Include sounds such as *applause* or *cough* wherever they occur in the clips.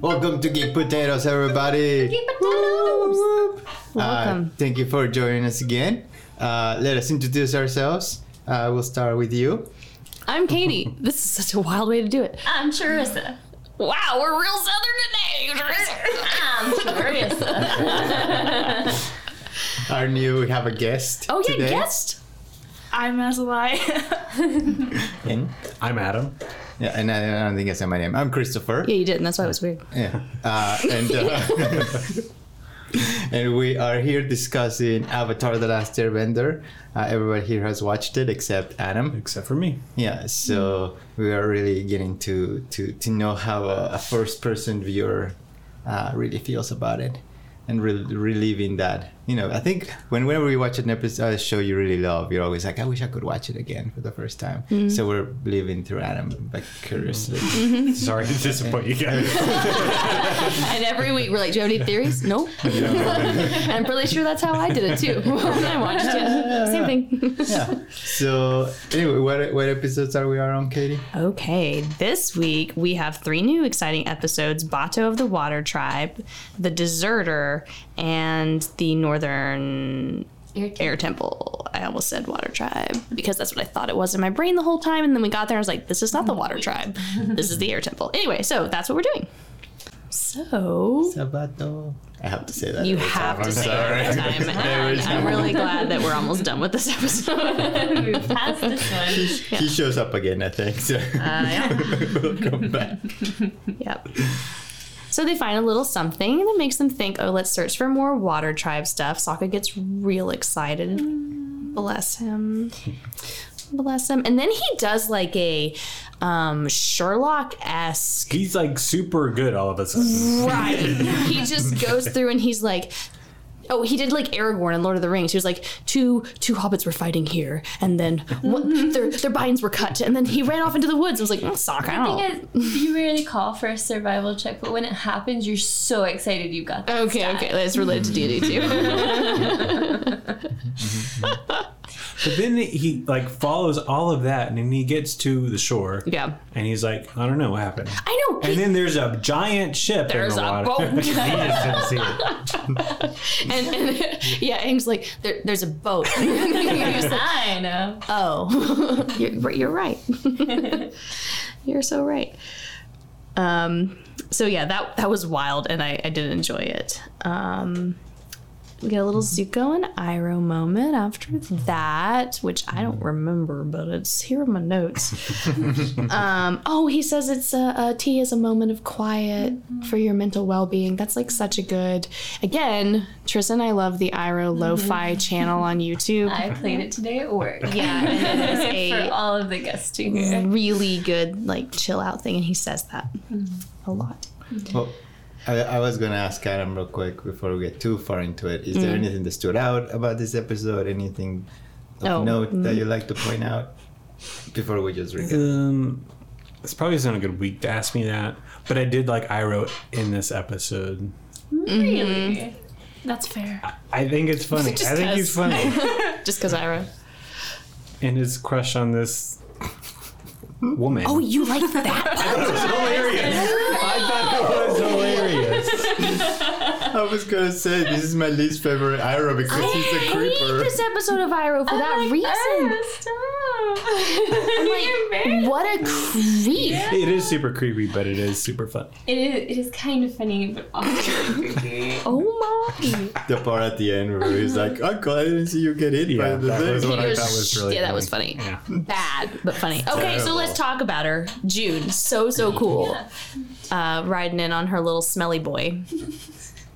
Welcome to Geek Potatoes, everybody. Geek Potatoes. Whoop, whoop. Welcome. Uh, thank you for joining us again. Uh, let us introduce ourselves. Uh, we'll start with you. I'm Katie. This is such a wild way to do it. I'm Charissa. Wow, we're real southern today. I'm Charissa. Our new, we have a guest. Oh yeah, today. guest. I'm Azalai. And, I'm Adam. yeah, and I, I don't think I said my name. I'm Christopher. Yeah, you did, and that's why it was weird. Yeah. Uh, and, uh, *laughs* and we are here discussing Avatar The Last Airbender. Uh, everybody here has watched it except Adam. Except for me. Yeah, so we are really getting to to, to know how a, a first person viewer uh, really feels about it, and re- reliving that. You know, I think when whenever we watch an episode a show you really love, you're always like, I wish I could watch it again for the first time. So we're living through Adam like curiously. Sorry to disappoint you guys. And every week we're like, "Do you have any theories?" Nope. *laughs* and I'm pretty sure that's how I did it too *laughs* when I watched it. Same thing. yeah. So anyway, what what episodes are we are on, Katie? okay, this week we have three new exciting episodes Bato of the Water Tribe, The Deserter, and The Northern Air Temple. I almost said Water Tribe because that's what I thought it was in my brain the whole time. And then we got there and I was like, this is not the Water Tribe, this is the Air Temple. Anyway, so that's what we're doing. So Sabato. I have to say that. you every have time. to I'm say sorry. it every time. Every And I'm time. really glad that we're almost done with this episode. How's this *laughs* one? He shows up again, I think. So *laughs* we'll come back. Yep. So they find a little something that makes them think, oh, let's search for more water tribe stuff. Sokka gets real excited. Bless him. Bless him. And then he does like a um, Sherlock esque *laughs* He's like super good all of a sudden. Right. *laughs* he just goes through and he's like, oh, he did like Aragorn in Lord of the Rings. He was like, two two hobbits were fighting here, and then one, their their binds were cut, and then he ran off into the woods. I was like, oh, Sokka, I don't. Thing is, you rarely call for a survival check, but when it happens, you're so excited you *laughs* got that. Okay, okay, that's related to D&D too. But then he like follows all of that and then he gets to the shore. yeah, And he's like, I don't know what happened. I know. And then there's a giant ship There's in the a water. boat. he *laughs* just didn't see it. and, and *laughs* yeah, Aang's like, there, there's a boat. I know. oh, *laughs* you're, you're right. you're so right. Um, so yeah, that that was wild, and I, I did enjoy it. Um, we get a little Zuko and Iroh moment after that, which I don't remember, but it's here in my notes. um, oh, he says it's a, a tea is a moment of quiet for your mental well being. That's like such a good. Again, Tristan, I love the Iroh lo-fi channel on YouTube. I played it today at work. yeah, and it is *laughs* a- For all of the guests to hear. really good like chill out thing and he says that a lot Well, I, I was gonna ask Adam real quick before we get too far into it. Is Mm. there anything that stood out about this episode? Anything of Oh, note that you like to point out before we just read it? Um, this probably isn't a good week to ask me that. But I did like Iroh in this episode. Mm-hmm. Really? that's fair I think it's funny. I Just think he's funny. just because ira and his crush on this woman. Oh, you like that it was hilarious. I thought it was hilarious. I was gonna say this is my least favorite Ira because he's a creeper. *laughs* this episode of iro for that reason ah, *laughs* Oh, stop. You're embarrassed. what a creep It is super creepy, but it is super fun. It is, it is kind of funny, but also creepy. oh my The part at the end where *laughs* he's like, "Uncle, I didn't see you get hit by Yeah, the that was thing." what I thought was really. yeah that was funny bad but funny okay so let's talk about her june so so cool uh riding in on her little smelly boy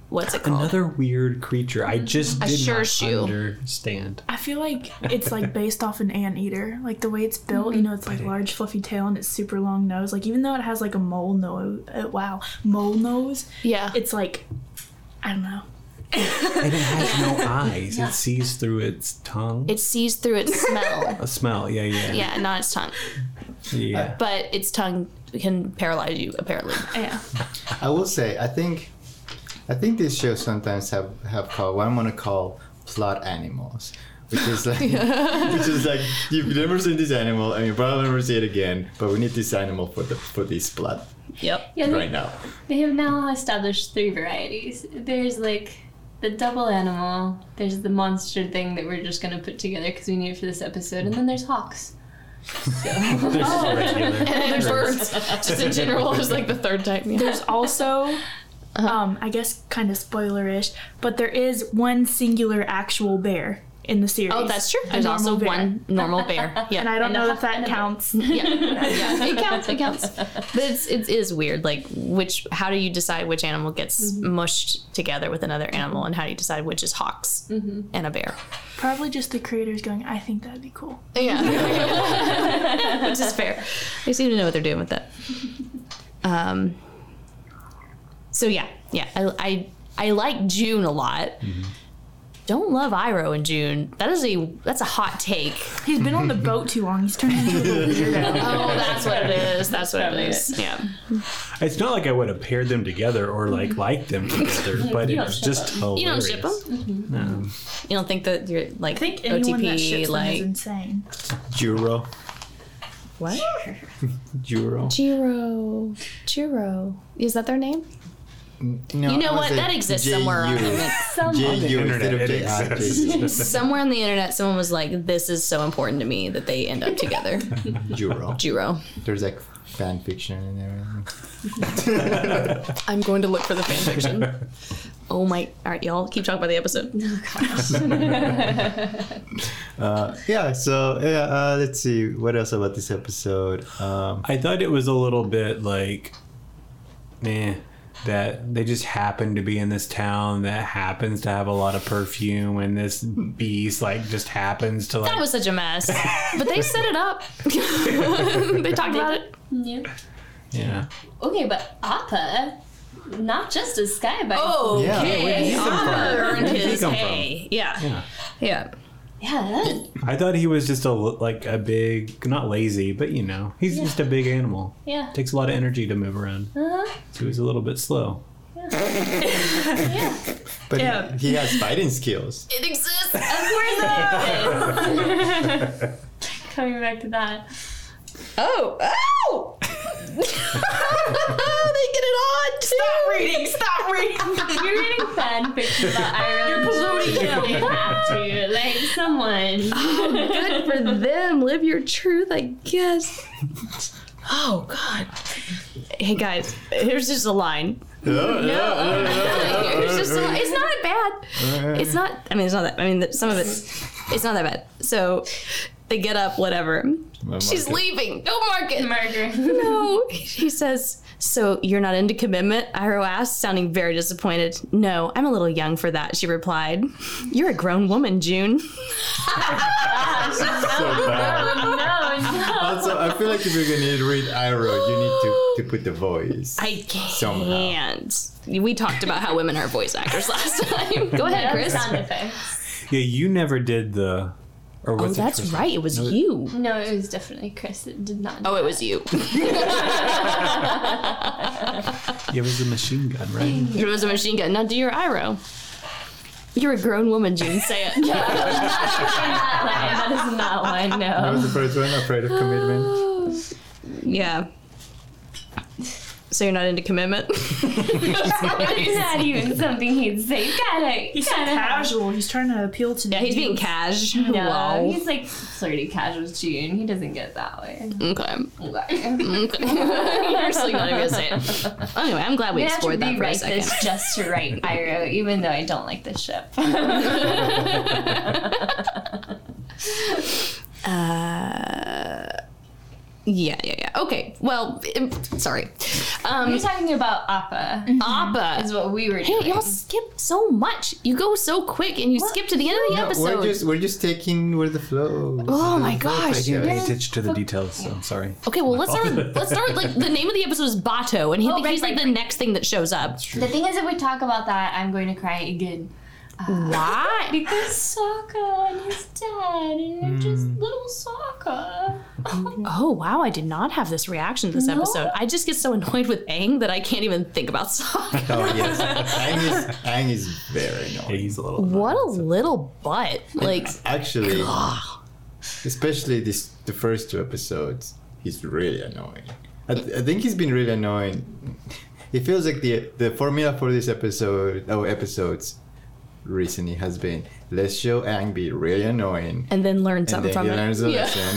what's it called Another weird creature. I just did sure not shoe. understand. I feel like it's like based off an anteater. Like the way it's built, Mm-hmm. you know, it's like large fluffy tail and its super long nose. Like even though it has like a mole nose, uh, wow, mole nose, yeah it's like I don't know. And it *laughs* has no eyes. It sees through its tongue. it sees through its *laughs* smell a smell. Yeah, yeah, yeah not its tongue yeah. but its tongue can paralyze you apparently Yeah. I will say, I think, I think these shows sometimes have have called what I'm gonna call plot animals, which is *laughs* like *laughs* which is like you've never seen this animal and you probably never see it again. But we need this animal for the for this plot Yep. Yeah, they- right now. They have now established three varieties. There's like the double animal. There's the monster thing that we're just gonna put together because we need it for this episode, and then there's hawks. *laughs* There's just regular. And there's birds. Just in general, there's like the third type. Yeah. *laughs* There's also, Uh-huh. um, I guess, kind of spoilerish, but there is one singular actual bear in the series. oh, that's true. A There's normal also bear. one normal *laughs* bear. Yeah. And I don't And a know hu- if that *laughs* counts. yeah, yeah, it counts. It counts. But it's, it is weird. Like, which? How do you decide which animal gets mushed together with another animal, and how do you decide which is hawks and a bear? Probably just the creators going, I think that'd be cool. Yeah, *laughs* which is fair. They seem to know what they're doing with that. Um. So yeah, yeah, I I, I like June a lot. Mm-hmm. Don't love Iro in June. That is a that's a hot take. He's been on the boat too long. He's turning into a little weirdo. Oh, that's what it is. That's what it is. Yeah. It's not like I would have paired them together or like liked *laughs* them together, but You don't it's ship just hilarious. You Mm-hmm. don't ship them. No. You don't think that you're like Mm-hmm. *laughs* I think anyone that OTP ships them is like insane. Juro, what? Juro. Jiro, Jiro, is that their name? No, You know I what? said That exists somewhere on JU. the JU instead of Internet, it JR. exists. *laughs* somewhere on the internet. Someone was like, "This is so important to me that they end up together." Juro. Jiro. There's like fan fiction and everything. I'm going to look for the fan fiction. oh my! All right, y'all, keep talking about the *laughs* episode. Uh, yeah. So yeah. Uh, let's see what else about this episode. Um, I thought it was a little bit like, meh, that they just happen to be in this town that happens to have a lot of perfume, and this beast like just happens to like. That was such a mess, but they set it up. *laughs* they talked about it. Yeah. yeah. Okay, but Appa, not just a skybite. Oh! Yeah. okay. where did he come from? earned Where did he his come hay. Yeah, Yeah. yeah. yeah, that, I thought he was just a l- like a big, not lazy, but you know, he's just a big animal. yeah. Takes a lot of energy to move around, Uh-huh. so he's a little bit slow. but Yeah. he has fighting skills. It exists. *laughs* Coming back to that. Oh, *laughs* oh! they get it on. Stop reading. Stop reading. You're reading fan fiction *laughs* about Ireland. You're polluting You have to, like someone. *laughs* Good for them. Live your truth, I guess. *laughs* Oh God. Hey guys, here's just a line. Here's just a li- It's not bad. It's not. I mean, it's not that. I mean, that- some of it's. It's not that bad. So, they get up. Whatever. She's leaving. Don't mark it. *laughs* *laughs* Murder. No, he says. So you're not into commitment? Iro asked, sounding very disappointed. No, I'm a little young for that, she replied. You're a grown woman, June. so bad. No, no. Also, I feel like if you're gonna read Iro, you need to, to put the voice. I can't. Somehow. We talked about how women are voice actors last *laughs* time. Go ahead, Chris. Sound effects. Yeah, you never did the. Or Oh, what's it, that's Chris? right. It was you. No, it was definitely Chris that did not. *laughs* Oh, it was you. *laughs* Yeah, It was the machine gun, right? It was a machine gun. Now do your Iro. You're a grown woman, June. *laughs* Say it. that is not one. I No. was the first one afraid of *gasps* commitment. yeah. So you're not into commitment? It's *laughs* not even something he'd say. Gotta, He's so gotta casual. He's trying to appeal to yeah, *laughs* he's being youth. cash. No, Lol. he's like flirty casual June. He doesn't get that way. Okay. Okay. *laughs* You're still not even gonna say it. Anyway, I'm glad we I have to explored that for a rewrite second. this just to write Iro, even though I don't like this ship. *laughs* Uh, Yeah, yeah, yeah. Okay. Well, um, sorry. We're Um, talking about Mm-hmm. Appa. Appa. Is what we were Hey, doing. y'all skip so much. You go so quick and you skip to the end of the episode. We're just we're just taking where the flow. Oh my gosh. Yeah, pay attention to the details. So I'm sorry. Okay, well let's start with let's start with, like the name of the episode is Bato and he, Oh, right, he's like right, the next thing that shows up. The thing is, if we talk about that, I'm going to cry again. Why? Because Sokka and his dad, and they're just little Sokka. Oh wow, I did not have this reaction to this episode. I just get so annoyed with Aang that I can't even think about *laughs* Sokka. Oh *laughs* yes, Aang is Aang is very Yeah, annoying. he's a little. What a little butt. Like Actually, especially this the first two episodes, he's really annoying. I, I think he's been really annoying. It feels like the the formula for this episode oh episodes recently has been let's show Aang be really annoying and then learn and something then from he it. learns a *laughs* lesson.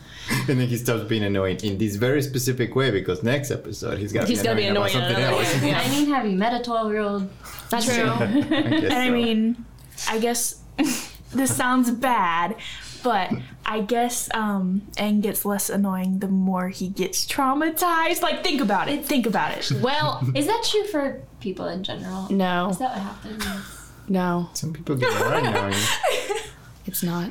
*laughs* and then he stops being annoying in this very specific way because next episode he's gonna He's be gonna be annoying, about annoying something in another else. I mean, *laughs* way. have you met a 12 year old? That's true. I guess And I so. mean, I guess this sounds bad, but I guess um Aang gets less annoying the more he gets traumatized. Like think about it. Think about *laughs* it. Well, Is that true for people in general? no, Is that what happens? no, some people get *laughs* more annoying. it's not.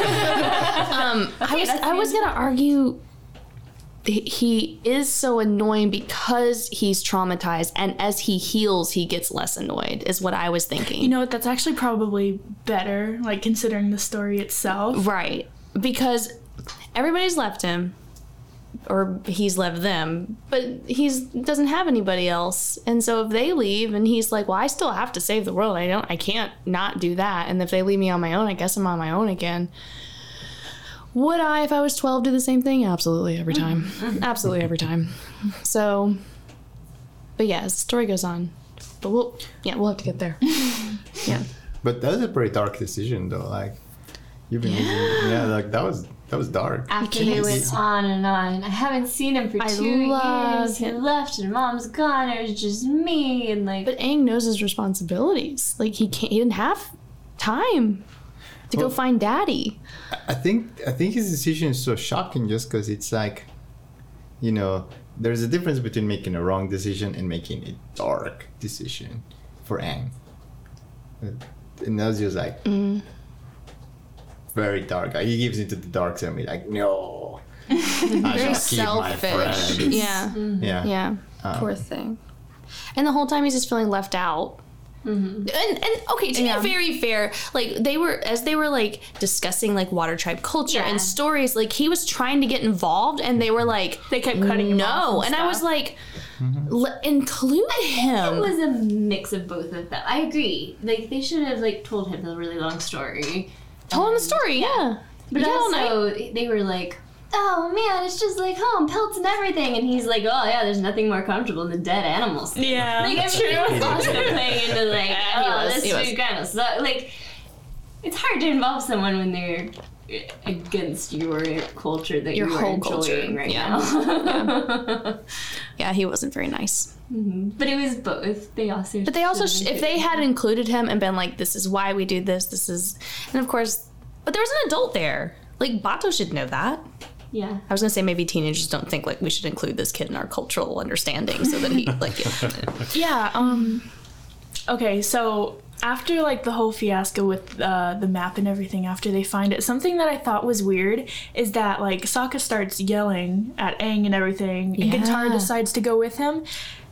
um, I was that's I was gonna argue that he is so annoying because he's traumatized, and as he heals, he gets less annoyed. Is what I was thinking. You know what? That's actually probably better, like considering the story itself. Right. Because everybody's left him or he's left them, but he's doesn't have anybody else. And so if they leave and he's like, "Well, I still have to save the world. I don't I can't not do that." And if they leave me on my own, I guess I'm on my own again. Would I if I was 12 do the same thing? Absolutely every time. Absolutely every time. So but yeah, the story goes on. But we'll yeah, we'll have to get there. But that was a pretty dark decision, though. Like, you've been, yeah, like that was that was dark. After they went on and on, I haven't seen him for I two love years. He him. left, and mom's gone. and It was just me, and like. But Aang knows his responsibilities. Like he can't. He didn't have time to Well- go find Daddy. I think I think his decision is so shocking just because it's like, you know, there's a difference between making a wrong decision and making a dark decision for Aang. And that was just like very dark. Like, he gives into the dark side. and be Like, no, I Very shall keep my selfish. friends. Yeah, Yeah, yeah. Um, Poor thing. And the whole time he's just feeling left out. And, and okay, to Mm-hmm. Yeah. be very fair, like they were as they were like discussing like water tribe culture Yeah. and stories. Like he was trying to get involved, and they were like, They kept cutting him off no. and and I was stuff. like, "L- include It him. was a mix of both of them. I agree. Like they should have like told him the really long story. Tell him the story. Yeah. But Yeah, and I- also they were like, "Oh man, it's just like home pelts and everything," and he's like, "Oh yeah, there's nothing more comfortable than dead animals." Yeah. Like *laughs* *laughs* everyone was also playing into like, Yeah, he "Oh, was, this he was. dude kind of sucks." Like it's hard to involve someone when they're against your culture that Your you are whole enjoying culture, right yeah. now. Yeah, he wasn't very nice. but it was both. They also. But they also, sh- if they had included him and been like, "This is why we do this," this is, and of course, but there was an adult there. Like Bato should know that. yeah. I was gonna say maybe teenagers don't think like we should include this kid in our cultural understanding, so *laughs* that he like. Yeah. Yeah, um okay, so after like the whole fiasco with uh, the map and everything after they find it, something that I thought was weird is that like Sokka starts yelling at Aang and everything, and Guitar Yeah. decides to go with him.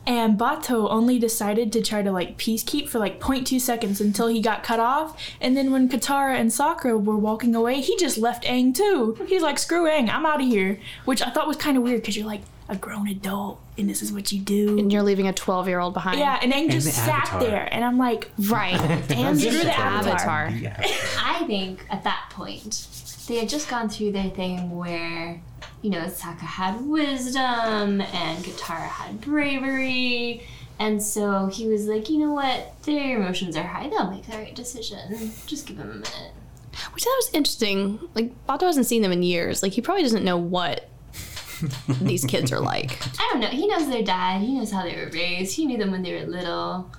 And Bato only decided to try to like peacekeep for like 0.2 seconds until he got cut off. And then when Katara and Sakura were walking away, he just left Aang too. He's like, screw Aang, I'm out of here. Which I thought was kind of weird because you're like a grown adult and this is what you do. And you're leaving a 12 year old behind. Yeah, and Aang just the sat Avatar. there, and I'm like, Right. *laughs* And You're you're the the avatar. Yeah. I think at that point, they had just gone through their thing where, you know, Sokka had wisdom and Katara had bravery. And so he was like, you know what? Their emotions are high. They'll make the right decision. Just give them a minute. Which that was interesting. Like Bato hasn't seen them in years. Like he probably doesn't know *laughs* what these kids are like. I don't know. He knows their dad. He knows how they were raised. He knew them when they were little.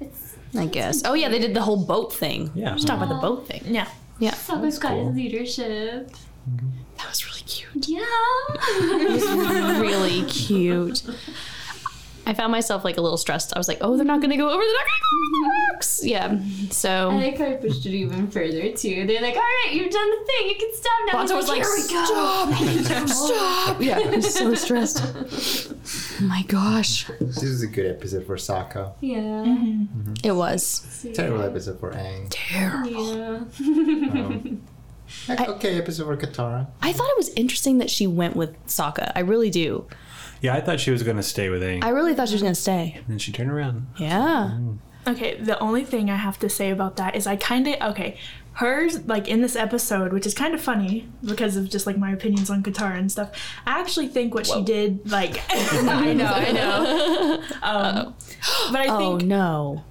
It's I guess. Oh yeah, they did the whole boat thing. Yeah. Let's talk about the boat thing. yeah. Sokka's got cool. his leadership. That was really cute. *laughs* Yeah. really cute. I found myself like a little stressed. I was like, oh, they're not going to go over. They're not going to go over the rocks. Yeah. I So think I pushed it even further too. They're like, all right, you've done the thing. You can stop now. He's Bonzo was like, *laughs* "Here we go." stop, stop. Yeah, I'm so stressed. Oh my gosh. This is a good episode for Sokka. Yeah. It was. Terrible episode for Aang. Terrible. Yeah. Um, okay, episode for Katara. I thought it was interesting that she went with Sokka. I really do. Yeah, I thought she was gonna stay with Aang, I really thought she was going to stay. and she turned around. Yeah. Okay, the only thing I have to say about that is I kind of okay, hers like in this episode, which is kind of funny because of just like my opinions on Qatar and stuff. I actually think what she did, like, *laughs* I know, I know, *laughs* um, but I Oh, think. *laughs* no.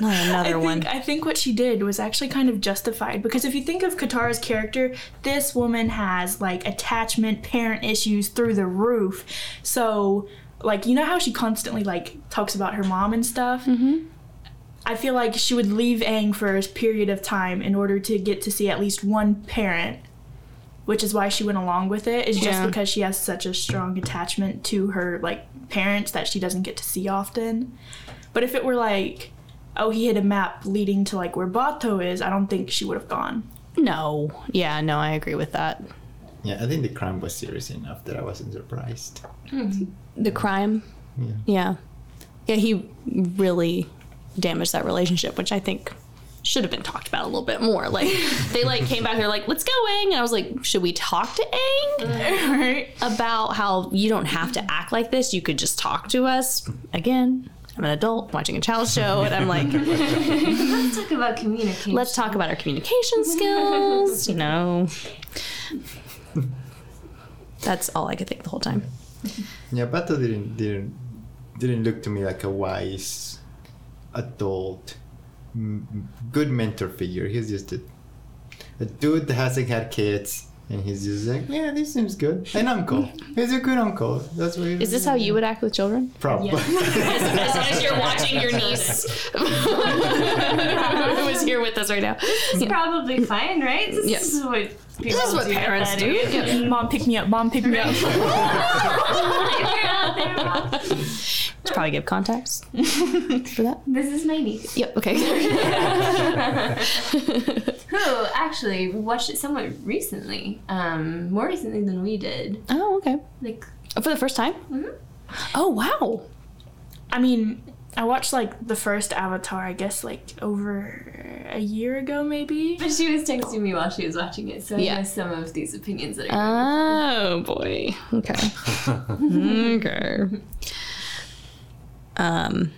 Not I another think, one. I think what she did was actually kind of justified because if you think of Katara's character, this woman has like attachment, parent issues through the roof. So, like, you know how she constantly like talks about her mom and stuff? Mm-hmm. I feel like she would leave Aang for a period of time in order to get to see at least one parent, which is why she went along with it, is just Yeah. because she has such a strong attachment to her like parents that she doesn't get to see often. But if it were like, oh, he hit a map leading to like where Bato is, I don't think she would have gone. no. Yeah, no, I agree with that. Yeah, I think the crime was serious enough that I wasn't surprised. The crime. Yeah. Yeah. Yeah, he really damaged that relationship, which I think should have been talked about a little bit more. Like they like came back, they're like, "Let's go, Aang," and I was like, "Should we talk to Aang Right? *laughs* about how you don't have to act like this? You could just talk to us." Again, I'm an adult watching a child show, and I'm like, Let's talk about communication. "Let's talk about our communication skills." You know, that's all I could think the whole time. Yeah, Bato didn't didn't didn't look to me like a wise adult, m- good mentor figure. He's just a, a dude that hasn't had kids, and he's just like, yeah, this seems good. An uncle. He's a good uncle. That's what. he- Is this how you would act with children? Probably. *laughs* as long as you're watching your niece who is here with us right now. It's probably fine, right? This Yeah. is what people This is what do at parents that do. age. *laughs* Yeah. Mom, pick me up. Mom, pick me up. You're out there, Mom. Should probably give contacts for that. This is my *laughs* niece. Yep. Okay. Who actually watched it somewhat recently, um, more recently than we did. oh, okay. Like, For the first time. Mhm. Oh wow. I mean, I watched like the first Avatar, I guess, like over a year ago, maybe. but she was texting me while she was watching it, so I Yeah. know some of these opinions that are. Oh boy. Okay. okay. Um.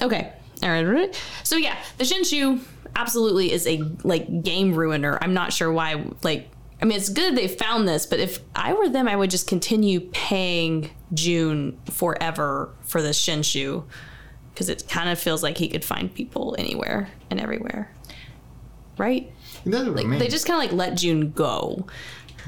Okay. All right, all right. So yeah, the Shinshu absolutely is a like game ruiner. I'm not sure why. Like, I mean, it's good they found this, but if I were them, I would just continue paying June forever for the Shinshu because it kind of feels like he could find people anywhere and everywhere, right? That's what I mean. *laughs* They just kind of like let June go.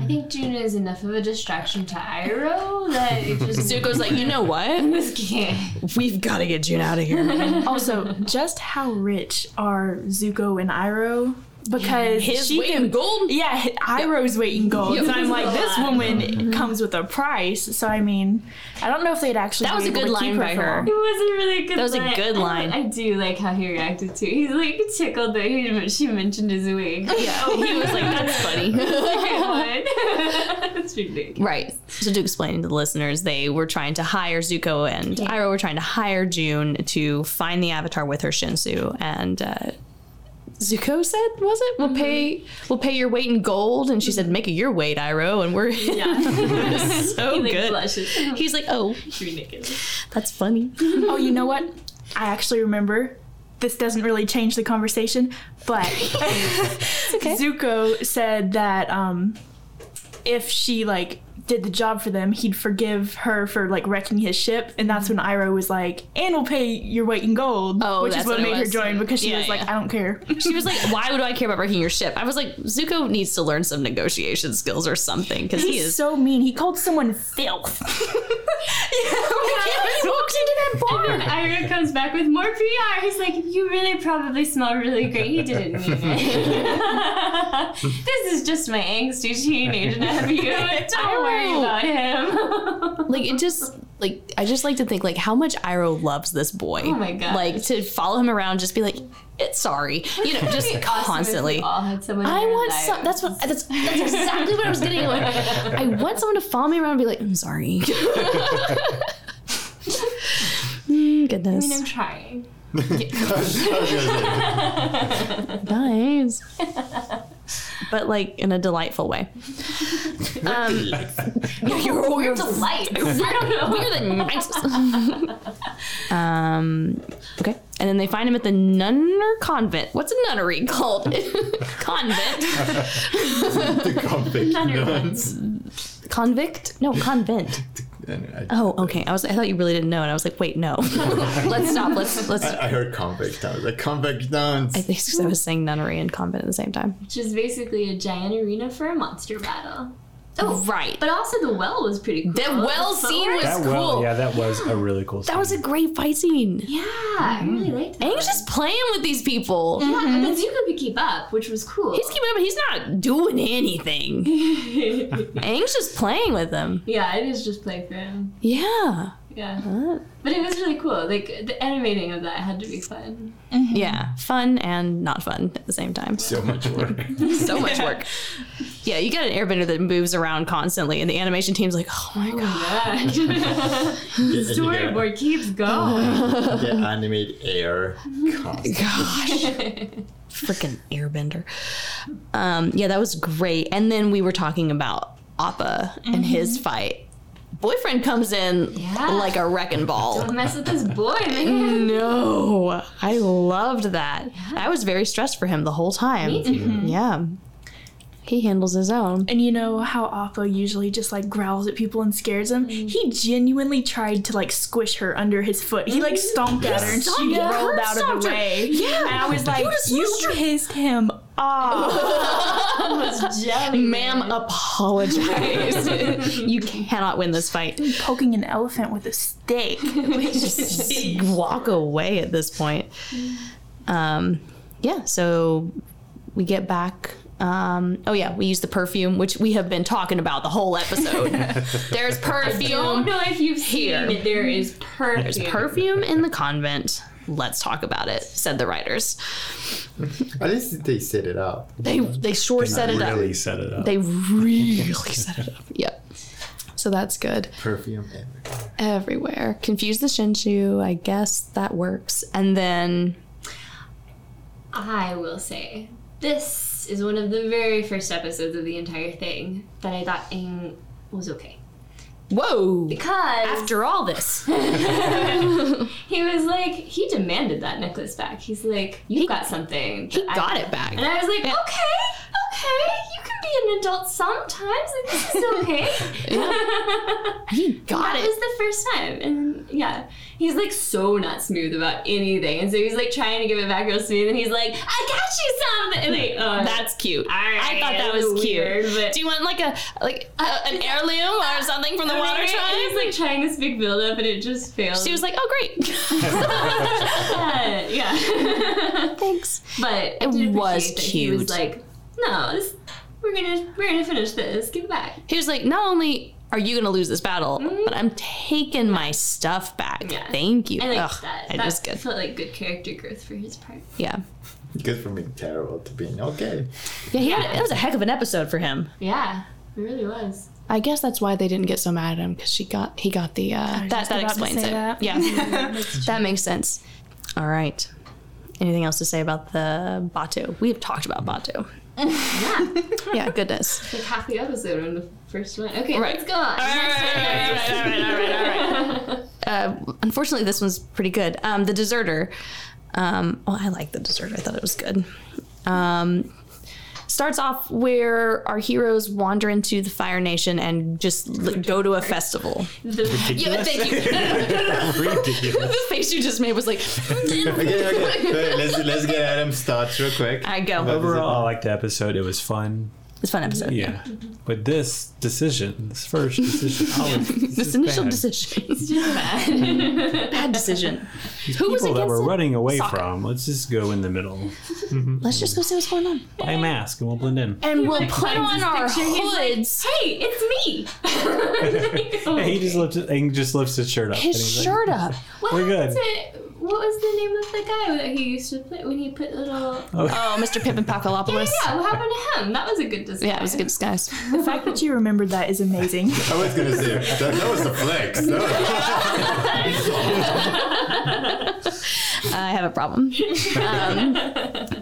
I think June is enough of a distraction to Iroh that it *laughs* just Zuko's like, you know what? this can't. We've got to get June out of here. *laughs* Also, just how rich are Zuko and Iroh? Because His she weight can- in gold. *laughs* Yeah, hi- Iroh's weight in gold. Yeah. And I'm like, this *laughs* woman comes with a price. So I mean, I don't know if they'd actually. That was be a able good to keep line by for her. long. It was a really good. That was a line. good line. I do like how he reacted to. it. He's like tickled that he, she mentioned his wig. Yeah, he was *laughs* like, that's funny. That's *laughs* ridiculous. right. So to explain to the listeners, they were trying to hire Zuko and Iroh were trying to hire June to find the Avatar with her Shinsu, and uh, Zuko said, "Was it? We'll pay. We'll pay your weight in gold." And she said, "Make it your weight, Iroh." And we're *laughs* so He like good. blushes. He's like, "Oh, It's ridiculous. that's funny." Oh, you know what? I actually remember. This doesn't really change the conversation, *laughs* but Zuko said that um, if she like did the job for them, he'd forgive her for like wrecking his ship, and that's when Iroh was like, "And we'll pay your weight in gold," Oh, which is that's what what it made her was. join because she Yeah, was like, yeah. "I don't care." She was like, "Why would I care about breaking your ship?" I was like, "Zuko needs to learn some negotiation skills or something because he He's *laughs* is so mean. He called someone filth. *laughs* he walks into that bar. And Ira comes back with more PR. He's like, "You really probably smell really great." He didn't mean it. *laughs* this is just my angsty teenage *laughs* nephew. Don't worry about him. Like it just like I just like to think like how much Iroh loves this boy. Oh my gosh. Like to follow him around, just be like, it's sorry, you know, *laughs* just constantly. All had someone in I their want lives. some. *laughs* That's what. That's *laughs* that's exactly what I was getting. Like, I want someone to follow me around and be like, I'm sorry. I Mm, goodness. mean, I'm trying. *laughs* *laughs* nice. but like in a delightful way. Um, *laughs* you're, You're delight. *laughs* We're the *laughs* nicest. um, okay. And then they find him at the nunner convent. What's a nunnery *laughs* called? convent. the convict. nuns. *laughs* Convict? No, convent. And I, Oh, okay. I was. I thought you really didn't know, and I was like, wait, no. *laughs* let's stop. Let's *laughs* let's. I, I heard convict. I was like convict nuns. I think it's 'cause I was saying nunnery and convent at the same time. Which is basically a giant arena for a monster battle. Oh, right. But also the well was pretty cool. That well scene was That cool. well, yeah, that was a really cool. That was a great fight scene. Yeah, I Mm-hmm. really liked that. And he's just playing with these people. Yeah, but Zuko could keep up, which was cool. mm-hmm. He's keeping up, but he's not doing *laughs* anything. Aang's just playing with them. *laughs* yeah, it is just play for him. Yeah. Yeah. Uh, But it was really cool. Like the animating of that had to be *sighs* fun. Yeah. Fun and not fun at the same time. so much work. *laughs* So much work. *laughs* Yeah, you got an airbender that moves around constantly, and the animation team's like, oh my God. Yeah. Yeah, and you gotta- Storyboard keeps *laughs* going. Yeah, animate air. Constantly. *laughs* Freaking airbender. Um, yeah, that was great. And then we were talking about Appa and his fight. Boyfriend comes in Yeah. like a wrecking ball. Don't mess with this boy, man. *laughs* Mm. No, I loved that. I was very stressed for him the whole time. Me too. Yeah. He handles his own. And you know how Oppo usually just like growls at people and scares them? Mm-hmm. He genuinely tried to like squish her under his foot. He like stomped at her and Mm-hmm. stomped she her. rolled Kurt out of stomped the her. way. Yeah. And I *laughs* was like, was you so str- pissed him *laughs* off. Ma'am, apologize. you cannot win this fight. Poking an elephant with a *laughs* stick. Just walk away at this point. Um, yeah, so we get back. Um, oh, yeah, we use the perfume, which we have been talking about the whole episode. There's Don't perfume. know if you've seen Here. it. There is perfect. There's perfume in the convent. Let's talk about it, said the writers. At least they set it up. They they sure set it really up. set it up. They really set it up. Yep. So that's good. Perfume everywhere. Everywhere. Confuse the Shinshu. I guess that works. And then I will say this is one of the very first episodes of the entire thing that I thought Aang was okay whoa. because After all this, *laughs* he was like he demanded that necklace back. He's like you got something. he that I got don't." it back. And I was like, Yeah. okay, okay, you can be an adult sometimes. Like, this is okay. *laughs* *laughs* He got that it. was the first time. And yeah, he's like so not smooth about anything. And so he's like trying to give it back real smooth. And he's like, I got you something. Like, uh, That's cute. all right, I thought it that was cute. weird, but- Do you want like a like *laughs* a, an heirloom or something from the water Right? And tribe? He's like trying this big build up and it just fails. She was like, "Oh, great, uh, *laughs* yeah. thanks." *laughs* but I It did was appreciate that He was cute. like, no, this, we're gonna we're gonna finish this. Give it back. He was like, not only are you gonna lose this battle, but I'm taking my stuff back. Mm-hmm. Yeah. Thank you. I like Ugh, that. I that just good. felt like good character growth for his part. Yeah. It goes from being terrible to being okay. Yeah, he Had, it was a heck of an episode for him. Yeah, it really was. I guess that's why they didn't get so mad at him because she got he got the uh, that just that about to explains say it. *laughs* that. Yeah, that makes sense. All right. Anything else to say about the Batu? We have talked about *laughs* Batu. Yeah, Yeah, goodness. like half the episode on the first one. Okay, Right. let's go on. Uh, unfortunately, this one's pretty good. Um, the Deserter. Um, oh, I like the Deserter. I thought it was good. Um, starts off where our heroes wander into the Fire Nation and just like, go to a festival. Yeah, but thank you. *laughs* Ridiculous. the face you just made was *laughs* like, Okay, okay. Wait, let's let's get Adam's thoughts real quick. I go. Overall, I liked the episode. It was fun. It's a fun episode. Yeah, but this decision, this first decision, *laughs* oh, it's- this, This is initial bad. decision, *laughs* bad decision. People Who was that against we're it? running away Sokka. from. Let's just go in the middle. Mm-hmm. Let's just go see what's going on, Buy a mask and we'll blend in. and we'll put climbs on his our picture, he's like, hoods. Hey, it's me. *laughs* Oh. *laughs* he just lifts. He just lifts his shirt up. and his he's like, shirt up. What *laughs* We're happened good. to what was the name of the guy that he used to play when he put little? Oh, Mr. Pippin *laughs* Yeah, Pakalopoulos. yeah. What happened to him? That was a good design. Yeah, it was a good disguise. The fact that you remembered that is amazing. I was gonna say that, that was the flex. That was- I have a problem. *laughs* Um, uh,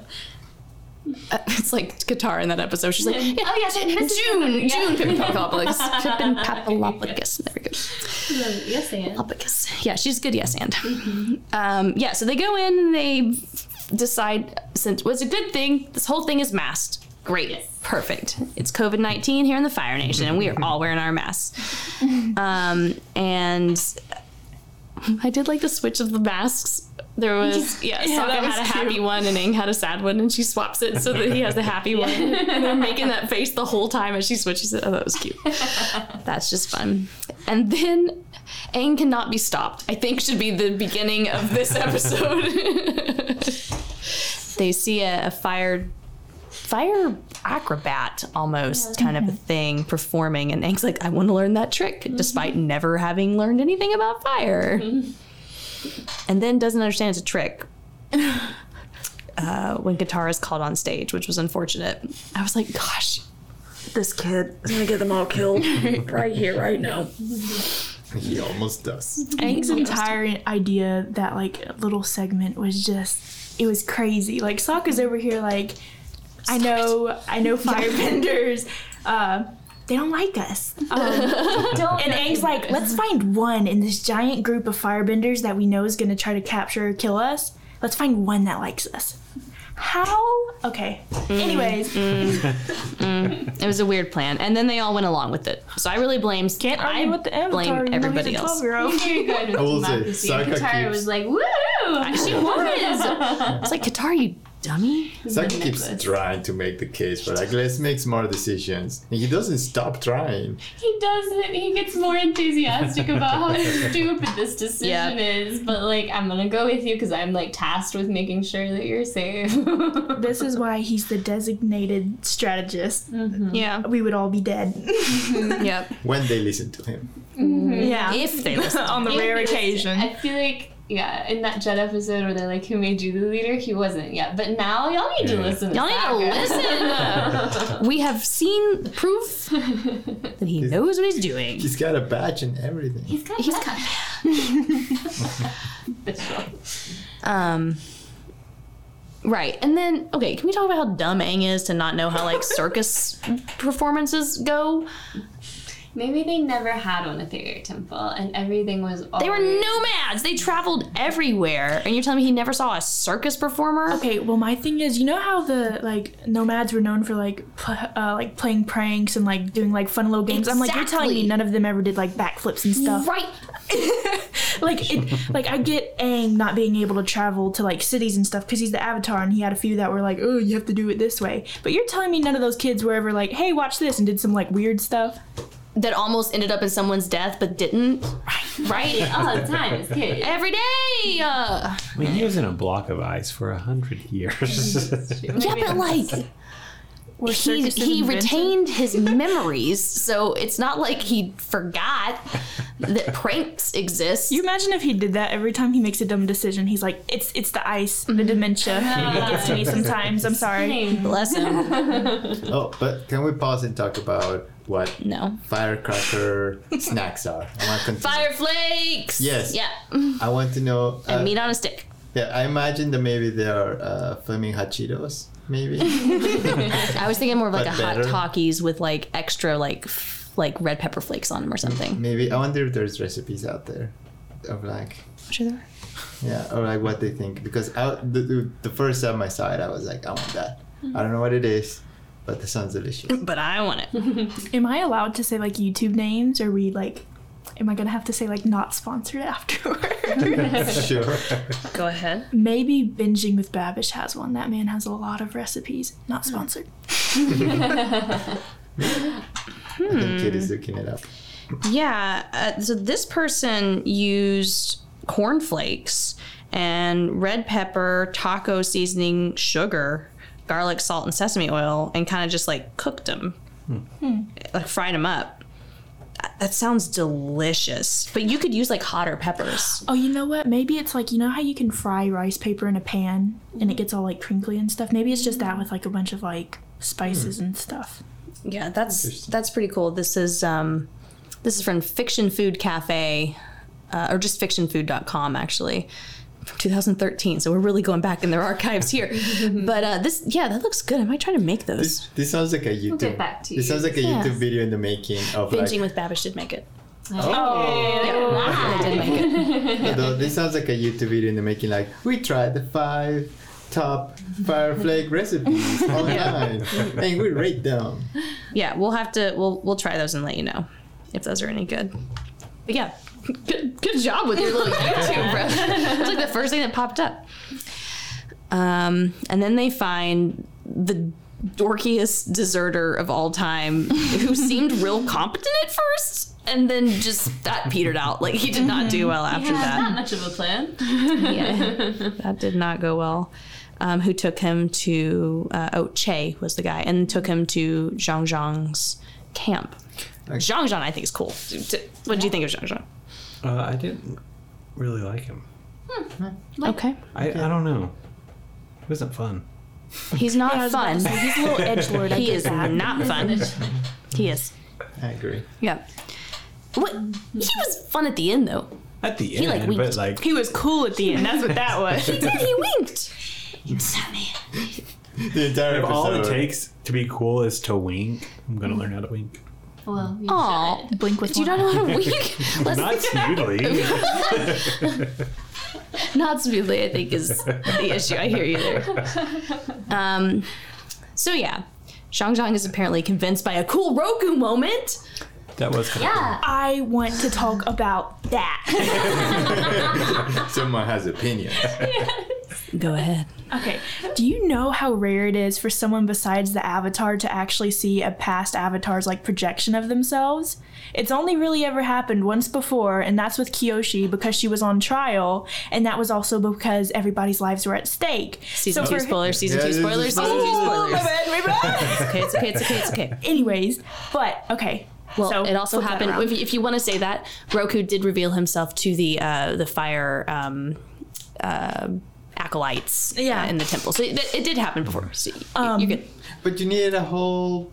it's like Qatar in that episode. She's *laughs* like, yeah, Oh yes, and Mrs. June, Yeah. June Pippin *laughs* Pakalopoulos. Pippin Papalopoulos. There we go. Yes, and Papalopoulos. Yeah, she's good, yes, and. Um, yeah, so they go in and they decide since well, it's a good thing, this whole thing is masked. Great. Perfect. It's COVID 19 here in the Fire Nation, and we are all wearing our masks. *laughs* Um, and I did like the switch of the masks. There was, yeah, *laughs* Yeah, Sokka that was had a happy one and Aang had a sad one, and she swaps it so that he has the *laughs* happy one. And they're making that face the whole time as she switches it. Oh, that was *laughs* cute. That's just fun. And then Aang cannot be stopped. I think should be the beginning of *laughs* this episode. they see a, a fire fire acrobat almost kind of a thing performing and Aang's like, I want to learn that trick, despite never having learned anything about fire. And then doesn't understand it's a *laughs* trick. Uh, when Katara is called on stage, which was unfortunate. I was like, gosh, this kid is gonna get them all *laughs* killed right here, right now. *laughs* he almost does. Aang's entire idea that like little segment was just it was crazy. Like Sokka's over here like I know *laughs* I know firebenders. Uh they don't like us. *laughs* Um, and Aang's like, let's find one in this giant group of firebenders that we know is going to try to capture or kill us. Let's find one that likes us. How? Okay. Mm-hmm. Anyways, It was a weird plan, and then they all went along with it. So I really blame. can't argue I with the Avatar. even though blame he's a everybody else. *laughs* 12-year-old. very good with I will say, democracy. And Saka Katara keeps- was like, woo! She was. It's like Katara, you dummy. Saki keeps trying to make the case for like let's make smart decisions. And he doesn't stop trying. He does it. He gets more enthusiastic about how stupid this decision Yeah. is. But like, I'm gonna go with you because I'm like tasked with making sure that you're safe. *laughs* This is why he's the designated strategist. *laughs* Yeah. We would all be dead. Mm-hmm. Yep. When they listen to him. Yeah. If *laughs* they listen. on the rare occasion. I feel like. Yeah, in that Jed episode where they're like, "Who made you the leader?" He wasn't yet, but now y'all need to listen. Y'all need to *laughs* listen. We have seen proof that he knows what he's doing. He's got a badge and everything. He's got He's that. got- *laughs* This one. Um. Right, and then okay, can we talk about how dumb Aang is to not know how *laughs* like circus performances go? Maybe they never had one at the Air Temple, and everything was. Always... They were nomads. They traveled everywhere, and you're telling me he never saw a circus performer? Okay, well, my thing is, you know how the like nomads were known for like pl- uh, like playing pranks and like doing like fun little games. I'm like, you're telling me Exactly. none of them ever did like backflips and stuff. Right. like, it, like I get Aang not being able to travel to like cities and stuff because he's the Avatar and he had a few that were like, oh, you have to do it this way. But you're telling me none of those kids were ever like, hey, watch this and did some like weird stuff. That almost ended up in someone's death, but didn't. *laughs* Right. all *laughs* the time as kids. Every day. Uh, I mean, he was in a block of ice for a hundred *laughs* years. *laughs* yeah, but like Were he circuses he invented? retained his *laughs* memories, so it's not like he forgot that pranks exist. You imagine if he did that every time he makes a dumb decision. He's like, it's it's the ice, the dementia. it gets to me sometimes. I'm sorry. *laughs* Bless *laughs* him. Oh, but can we pause and talk about what No. *laughs* firecracker snacks are? I want to continue. Fire flakes. Yes. Yeah. I want to know. And uh, meat on *laughs* a stick. yeah, I imagine that maybe they are uh, flaming hot Cheetos. *laughs* Maybe I was thinking more of like a But hot better. talkies with like extra like f- like red pepper flakes on them or something. maybe I wonder if there's recipes out there of like Which are there? Yeah, or like what they think. Because I, the- the, the first time I saw it, I was like, I want that. Hmm. I don't know what it is, but that sounds *laughs* delicious. *laughs* But I want it. Am I allowed to say like YouTube names? Or we like, am I gonna have to say like not sponsored *laughs* *laughs* afterward? sure. *laughs* Go ahead. Maybe binging with Babish has one. That man has a lot of recipes. Not sponsored. I Hmm. think Kid is looking it up. Yeah. Uh, so this person used cornflakes and red pepper, taco seasoning, sugar, garlic, salt, and sesame oil, and kind of just like cooked them, like fried them up. that sounds delicious. But you could use like hotter peppers. Oh, you know what? Maybe it's like you know how you can fry rice paper in a pan and it gets all like crinkly and stuff. Maybe it's just that with like a bunch of like spices and stuff. Yeah, that's that's pretty cool. This is um, this is from Fiction Food Cafe, uh, or just fictionfood.com actually, from 2013. So we're really going back in their archives *laughs* here. but uh, this, yeah, that looks good. I might try to make those. This, this sounds like a YouTube. get back to This you. sounds like a Yeah. YouTube video in the making of like. Binging with Babish did make it. oh, Oh, Wow. They did *laughs* make it. Although this sounds like a YouTube video in the making. Like we tried the five top fireflake *laughs* recipes online, and we rate them. Yeah, we'll have to. We'll we'll try those and let you know if those are any good. But yeah, good good job with your little YouTube, bro. It's like the first thing that popped up. Um, and then they find the dorkiest deserter of all time, who seemed real competent at first, and then just that petered out. Like he did not do well after that Not much of a *laughs* plan. yeah, that did not go well. Um, who took him to? Uh, oh, Che was the guy, and took him to Zhang Zhang's camp. Zhang Zhang, I think, is cool. What do you think of Zhang Zhang? Uh, I didn't really like him. Okay, I, I don't know. It wasn't fun. he's not fun. He's *laughs* a little edge lord. He is not fun. He is. I agree. Yeah. What? He was fun at the end, though. At the like, end, winked. but like He was cool at the end. That's what *laughs* that was. He did. He winked. *laughs* The entire if episode. all it takes to be cool is to wink, I'm Mm. gonna learn how to wink. Well, you Aw. Blink with Do you not know how *laughs* to wink? Let's *laughs* Not smoothly. not smoothly, I think, is *laughs* the issue. I hear you there. Um, so yeah, Shang Zhang is apparently convinced by a cool Roku moment. that was kind Yeah. I want to talk about that. Someone has *laughs* opinions. Go ahead. Okay. Do you know how rare it is for someone besides the avatar to actually see a past avatar's like projection of themselves? It's only really ever happened once before, and that's with Kiyoshi because she was on trial, and that was also because everybody's lives were at stake. Season So two for- spoilers. Season Yeah, two this is spoilers. Season two *laughs* Oh, my spoilers. bad, my bad. Okay, it's okay. It's okay. It's *laughs* okay. Anyways, but okay. Well, so it also flip that happened. around. If, if you want to say that, Roku did reveal himself to the uh, the fire um, uh, acolytes uh, Yeah. in the temple. So it, it did happen before. So you- Um, you're good. But you needed a whole.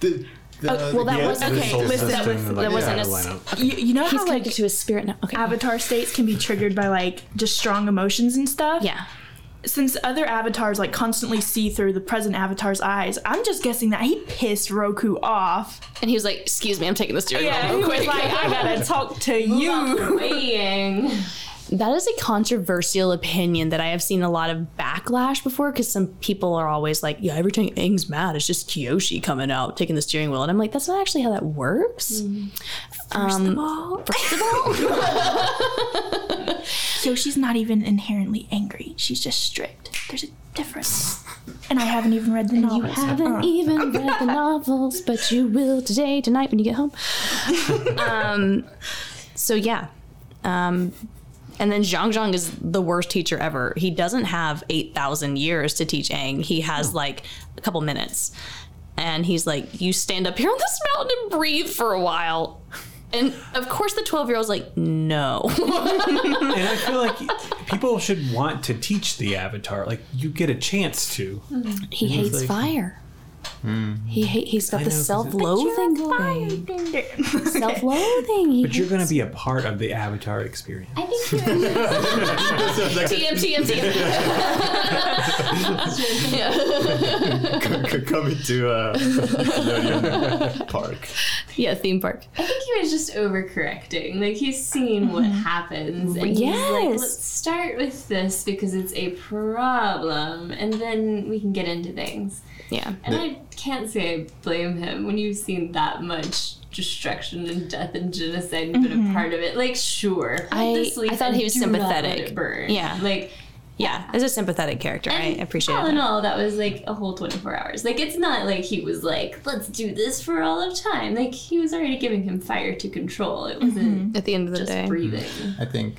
The, the, Oh, well, that the- was- okay, the- listen, that was- that wasn't a s- lineup. you, you know He's how connected like to his spirit now. Okay. avatar states can be triggered by like just strong emotions and stuff. yeah. since other avatars like constantly see through the present avatar's eyes, I'm just guessing that he pissed Roku off. And he was like, "Excuse me, I'm taking the steering Oh wheel." real quick." I gotta talk to you. Waiting. That is a controversial opinion that I have seen a lot of backlash before because some people are always like, yeah, every time Aang's mad, it's just Kyoshi coming out, taking the steering wheel. And I'm like, that's not actually how that works. Mm-hmm. Um, First of all, first of all, So she's not even inherently angry. She's just strict. There's a difference. And I haven't even read the novel. you haven't even read the novels, but you will today, tonight, when you get *laughs* home. um, so yeah, um, and then Zhang Zhang is the worst teacher ever. He doesn't have eight thousand years to teach Aang. He has like a couple minutes, and he's like, "You stand up here on this mountain and breathe for a while." And of course, the twelve-year-old's like, "No." And I feel like people should want to teach the avatar. Like you get a chance to. He hates like- fire. He hate, he's got I the know, 'cause it- self-loathing thing. Self-loathing. He But you're gonna be a part of the avatar experience. I think you're in TM, TM, *laughs* *laughs* TM. coming to *laughs* uh, Nickelodeon Park. Yeah, theme park. I think he was just overcorrecting. Like he's seen what happens, and he's like, Mm-hmm. Yes. "Let's start with this because it's a problem, and then we can get into things." Yeah. And I can't say I blame him when you've seen that much destruction and death and genocide and been a part of it. Like, sure, Mm-hmm. I- this leaf I thought and he was do not let sympathetic. it burn. Yeah. like Yeah. As a sympathetic character, I and appreciate all it. in all, that was like a whole 24 hours. Like, it's not like he was like, let's do this for all of time. Like, he was already giving him fire to control. It wasn't At Mm-hmm. the end of the just day. breathing. I think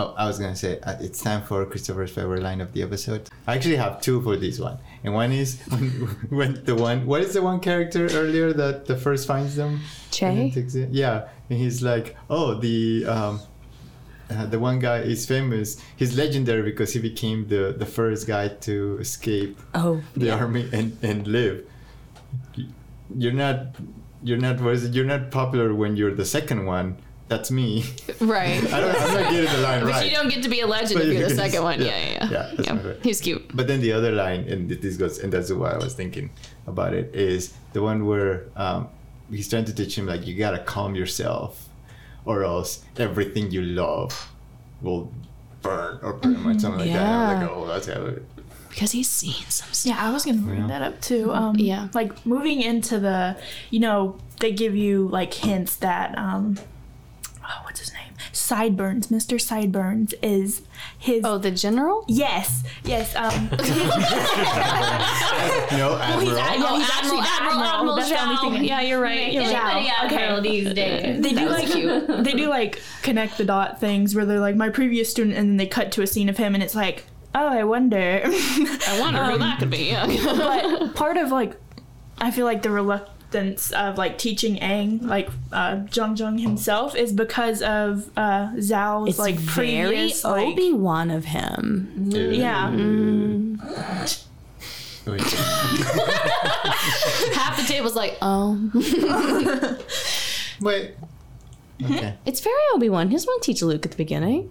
Oh, I was gonna say uh, it's time for Christopher's favorite line of the episode. I actually have two for this one, and one is *laughs* when, when the one what is the one character earlier that the first finds them? And then Che? takes it- Yeah, and he's like, oh, the um, uh, the one guy is famous. He's legendary because he became the the first guy to escape *laughs* Oh, the army and and live. You're not you're not what is it? you're not popular when you're the second one. That's me. Right. *laughs* I don't, I'm not getting the line But right. you don't get to be a legend But if you you're the can- second one. Yeah, yeah, yeah, yeah. yeah, that's my favorite. He's cute. But then the other line, and this goes, and that's why I was thinking about it, is the one where um, he's trying to teach him like you gotta calm yourself, or else everything you love will burn or burn much something like that. And I'm like, oh, that's how it. because he's seen some stuff. Yeah, I was gonna bring Yeah. that up too. Um, Yeah. like moving into the, you know, they give you like hints that, um, oh, what's his name? Sideburns, Mr. Sideburns is his. Oh, the general? Yes, yes. Um, *laughs* No, Admiral. yeah, Oh, he's actually Admiral. That's the only thing I- Yeah, you're right. You're right. Anybody Wow. out Okay. girl these days. they do like *laughs* they do like connect the dot things where they're like my previous student, and then they cut to a scene of him, and it's like, oh, I wonder. Um, I wonder who that could be. Yeah. but part of like i feel like the reluctance of like teaching ang like uh jung jung himself is because of uh zhao's It's like like very previous like Obi Wan of him. yeah Half the table's like, oh. Wait. Okay. It's very Obi Wan. He doesn't want to teach Luke at the beginning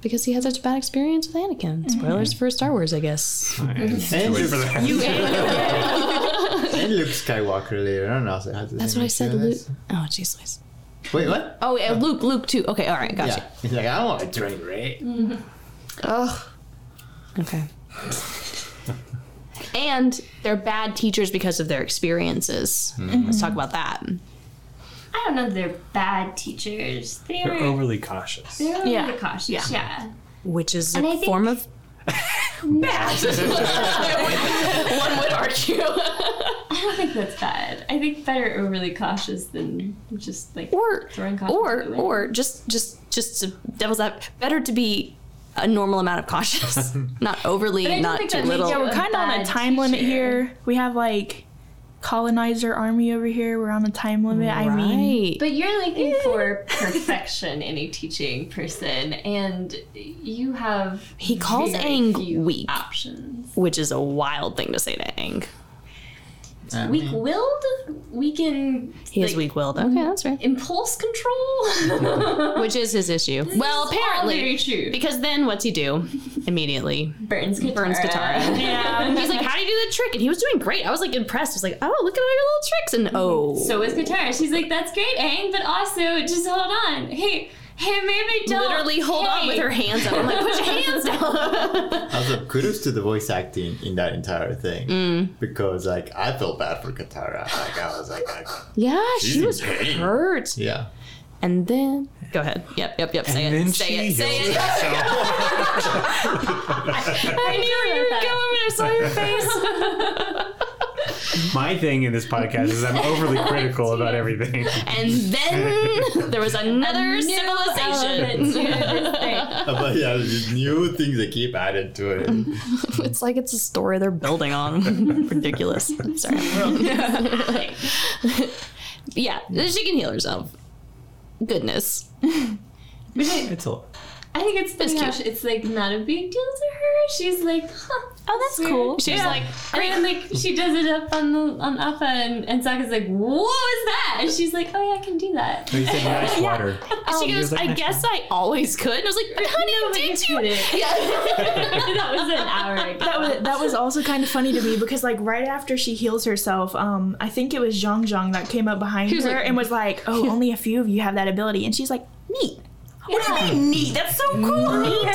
because he had such a bad experience with Anakin. Spoilers for Star Wars, I guess. And Luke, *laughs* You and Luke Skywalker later. I don't know. how to That's what I said. Luke. Oh, jeez, Louise. Wait, what? Oh, yeah, Luke, Luke too. Okay, all right, Yeah. gotcha. He's like, I don't want to drink, right? Ugh. Okay. And they're bad teachers because of their experiences. Mm-hmm. Let's talk about that. I don't know that they're bad teachers. They're They're overly cautious. they're overly Yeah. cautious. Yeah. Which is And a I think- *laughs* form of *laughs* One would argue. I don't think that's bad. I think better overly cautious than just like or throwing caution or to the wind. or just just just to devil's up better to be a normal amount of cautious, not I overly, don't not think too that makes little. you yeah we're A kind of on a bad time limit teacher. here we have like colonizer army over here we're on a time limit i mean Right. But you're looking *laughs* for perfection in a teaching person, and you have He calls very Aang few weak. options. which is a wild thing to say to Aang. Weak-willed, weaken, He is Like- weak-willed. Okay, that's right. impulse *laughs* control. Which is his issue. Well, All very apparently, true. because then what's he do? Immediately Burns Katara. *laughs* burns Katara. *laughs* Yeah. He's like, "How do you do the trick?" And he was doing great. I was like impressed. I was like, "Oh, look at all your little tricks!" And oh, So is Katara. She's like, that's great, Aang, but also just hold on. Hey, hey, maybe don't. literally hold on Hey. with her *laughs* hands up. I'm like, "Put your hands down." Also, kudos to the voice acting in that entire thing Mm. because, like, I felt bad for Katara. Like, I was like, I, yeah, *laughs* she She's was in pain. hurt. yeah. And then go ahead. Yep, yep, yep. Say And it. then Say she it. Say heals it. *laughs* I knew you were going. I saw your face. My thing in this podcast is I'm overly *laughs* critical about everything. And then there was another New *laughs* civilization. element to this thing. But yeah, there's new things they keep adding to it. Mm. It's like it's a story they're building on. *laughs* Ridiculous. *laughs* Sorry. yeah, she can heal herself. Goodness. It's a I think it's funny how she- it's like not a big deal to her. She's like, huh, oh, that's cool. She's like, And then, like she does it up on the on Appa, and, and Sokka's like, "What was that?" And she's like, "Oh yeah, I can do that." He said nice water. she goes, like, I guess I always could. And I was like, but honey, Nobody did you? did it. Yeah. *laughs* that was an hour ago. that was, that was also kind of funny to me because like right after she heals herself um i think it was zhang zhang that came up behind was her like- and was like oh only a few of you have that ability and she's like neat what do you mean neat that's so cool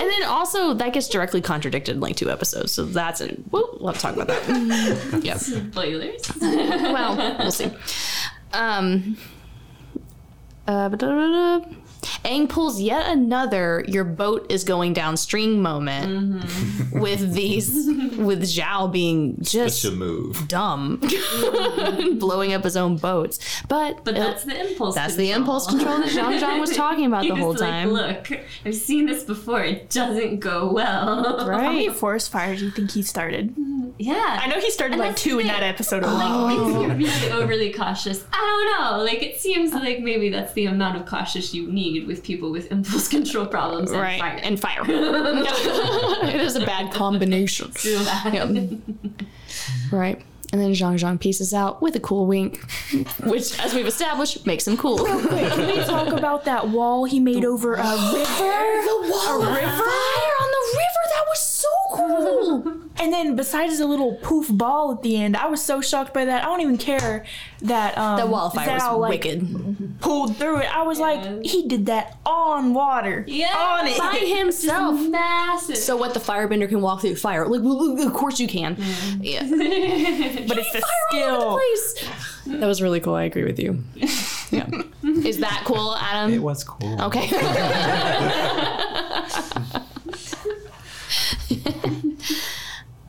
and then also, that gets directly contradicted in like two episodes. So that's a We'll, we'll have to talk about *laughs* that. yep. Spoilers. well, we'll see. Um, uh, ba-da-da-da. Aang pulls yet another your boat is going downstream moment with these with Zhao being just Such a move. dumb *laughs* blowing up his own boats. But But it- that's the impulse. that's the impulse control that Zhang Zhang *laughs* was talking about He *laughs* the was whole like, time. Look, I've seen this before. It doesn't go well. How many Right. forest fires do you think he started? *laughs* Yeah. I know he started Mm-hmm. And like that's two in the- that episode alone. Like, makes me really overly cautious. I don't know. Like, it seems like maybe that's the amount of cautious you need with people with impulse *laughs* control problems and *laughs* Right. fire. And fire. *laughs* it is a bad combination. Too bad. Yep. Right. And then Zhang Zhang pieces out with a cool wink, which, as we've established, makes him cool. Can we talk about that wall he made over a river? The wall of fire on the river. That was so cool. And then besides the little poof ball at the end, I was so shocked by that. I don't even care that um, That wall of fire was Zhao, like, wicked. pulled through it. I was like, he did that on water. Yeah. On *laughs* it. By himself. Massive. So what the firebender can walk through fire? Like, well, well, of course you can. Yeah. but it's the All over skill. the place. That was really cool. I agree with you. Yeah. Is that cool, Adam? It was cool. Okay.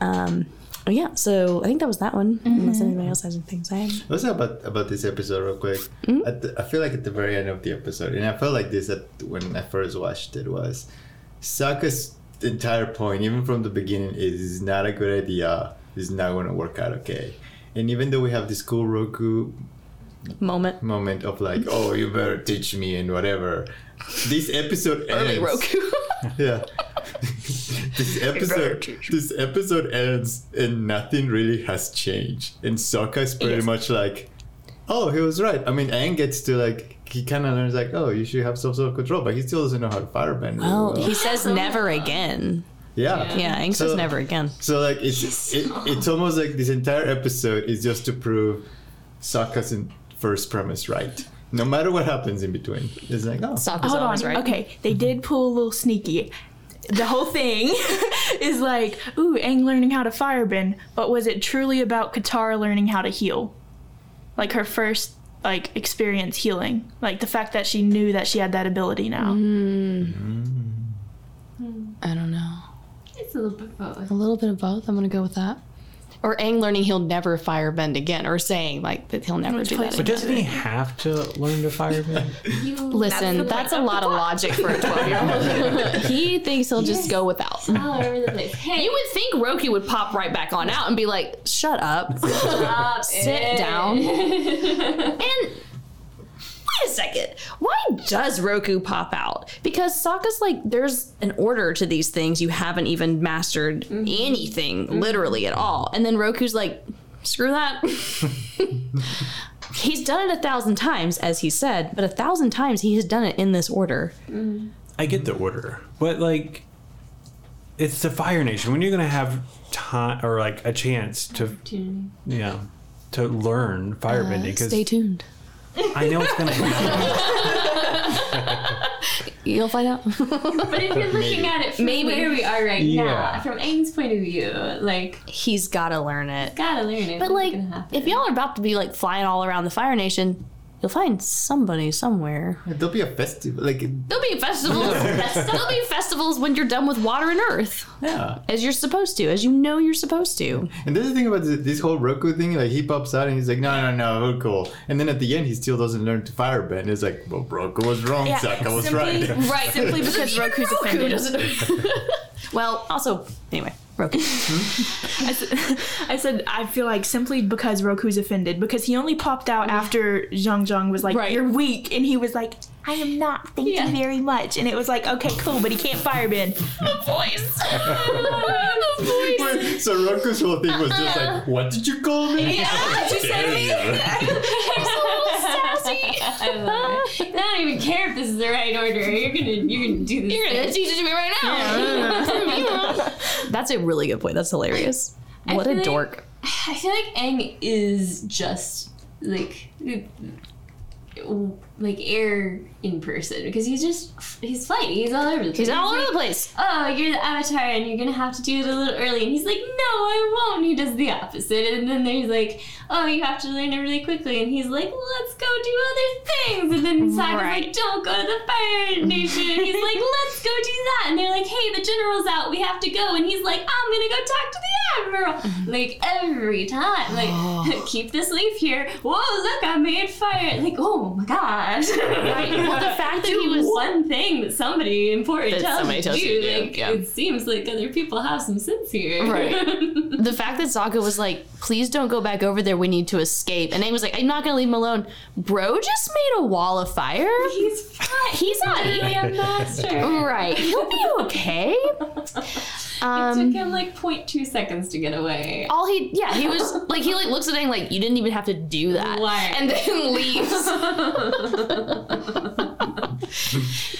um. oh, Yeah, so I think that was that one. Unless anybody else has anything to say. Also about about this episode real quick. At the, I feel like at the very end of the episode, and I felt like this at, when I first watched it was Saka's entire point, even from the beginning, is "This is not a good idea. This is not going to work out okay. And even though we have this cool Roku *laughs* Moment. moment of like, oh, you better teach me and whatever, this episode Early ends. Roku. *laughs* Yeah. this episode this episode ends and nothing really has changed. And Sokka's pretty Yes. much like, oh, he was right. I mean, Aang gets to like, he kind of learns like, oh, you should have some sort of control, but he still doesn't know how to firebend. really oh, well. he says never again. yeah. Yeah, Aang says So- never again. So like, it's it, it's almost like this entire episode is just to prove Sokka's in- first premise right. No matter what happens in between, it's like, oh, Sokka's Hold on. always right. Okay, they did pull a little sneaky. The whole thing *laughs* is like, ooh, Aang learning how to firebend, but was it truly about Katara learning how to heal? Like her first like experience healing, like the fact that she knew that she had that ability now. I don't know. it's a little bit both. A little bit of both. I'm going to go with that. Or Aang learning he'll never firebend again, or saying like that he'll never do that But doesn't he have to learn to firebend? Listen, that's, a lot of logic for a 12 year old. he thinks he'll just go without. All over the place. Hey, You would think Roki would pop right back on out and be like, shut up, up. sit down. and wait a second. Why does Roku pop out? Because Sokka's like, there's an order to these things. You haven't even mastered anything, literally at all. And then Roku's like, screw that. *laughs* He's done it a thousand times, as he said, but a thousand times he has done it in this order. I get the order, but like, it's the Fire Nation. When you're gonna have time or like a chance to, Opportunity. yeah, to learn Uh, firebending? Because Stay tuned. I know it's gonna *laughs* happen. You'll find out. But if you're looking at it from Maybe. where we are right Yeah. now, from Aang's point of view, like, He's got to learn it. gotta learn it. But It's like, gonna happen. if y'all are about to be like flying all around the Fire Nation, you'll find somebody somewhere. there'll be a festival. Like, There'll be *laughs* festivals. There'll be festivals when you're done with Water and Earth, yeah. as you're supposed to, as you know you're supposed to. And that's the thing about this, this whole Roku thing. Like he pops out and he's like, "No, no, no, we're cool." And then at the end, he still doesn't learn to firebend. It's like, "Well, Roku was wrong. Yeah, Saka was simply- right." Right. *laughs* Simply because Roku's Roku offended. doesn't. *laughs* well, *laughs* also, anyway, Roku. I s- I said *laughs* I feel like simply because Roku's offended because he only popped out after Zhang Zhang was like Right. you're weak and he was like I am not thank you Yeah. very much and it was like okay cool but he can't firebend Voice. Voice. *laughs* so Roku's whole thing was just like, "What did you call me?" Yeah, she said me. *laughs* I'm so *laughs* sassy. I love it. I don't even care if this is the right order. You're gonna, you're gonna do this. You're gonna teach it to me right *laughs* now. That's a really good point. That's hilarious. What a feel like- *sighs* dork. I feel like Aang is just like like air in person because he's just he's flighty. He's all over the place. He's all over like, the place. Oh, you're the avatar, and you're gonna have to do it a little early. And he's like, No, I won't. He does the opposite, and then there's like, Oh, you have to learn it really quickly. And he's like, Let's go do other things. And then Saga's Right. like, Don't go to the fire nation. And he's like, Let's go do that. And they're like, Hey, the general's out. We have to go. And he's like, I'm gonna go talk to the Mm-hmm. admiral. Like every time, like *gasps* *laughs* keep this leaf here. Whoa, look, I made fire. Like, oh my gosh. Right. Well, *laughs* the fact that Do he was one thing that somebody important That tells somebody you, tells to do, you to do, like yeah. it seems like other people have some sense here. *laughs* Right. the fact that Zaka was like, please don't go back over there. We need to escape. And Aang was like, I'm not gonna leave him alone. Bro just made a wall of fire. He's fine. He's not He's a *laughs* master. right. He'll *laughs* be okay. it Um, Oh. took him like 0.2 seconds to get away. all he, yeah, he was like, he like looks at Aang like, you didn't even have to do that, Why? and then leaves.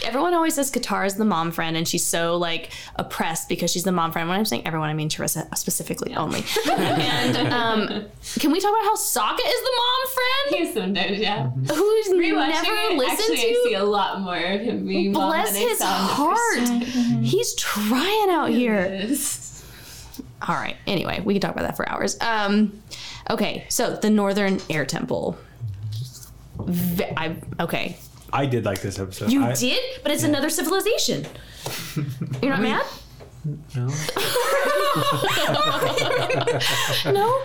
everyone always says Katara is the mom friend, and she's so like oppressed because she's the mom friend. When I'm saying everyone, I mean Teresa specifically only. and um, can we talk about how Sokka is the mom *laughs* He's sometimes, yeah. friend who's Rewatching never it, listened actually, to? I see a lot more of him being mom Bless than I his saw in the heart. He's trying out here. *laughs* first- All right. Anyway, we can talk about that for hours. Um, okay. So the Northern Air Temple. V- I, okay. I did like this episode. You I, did, but it's another civilization. You're not mad? No. No,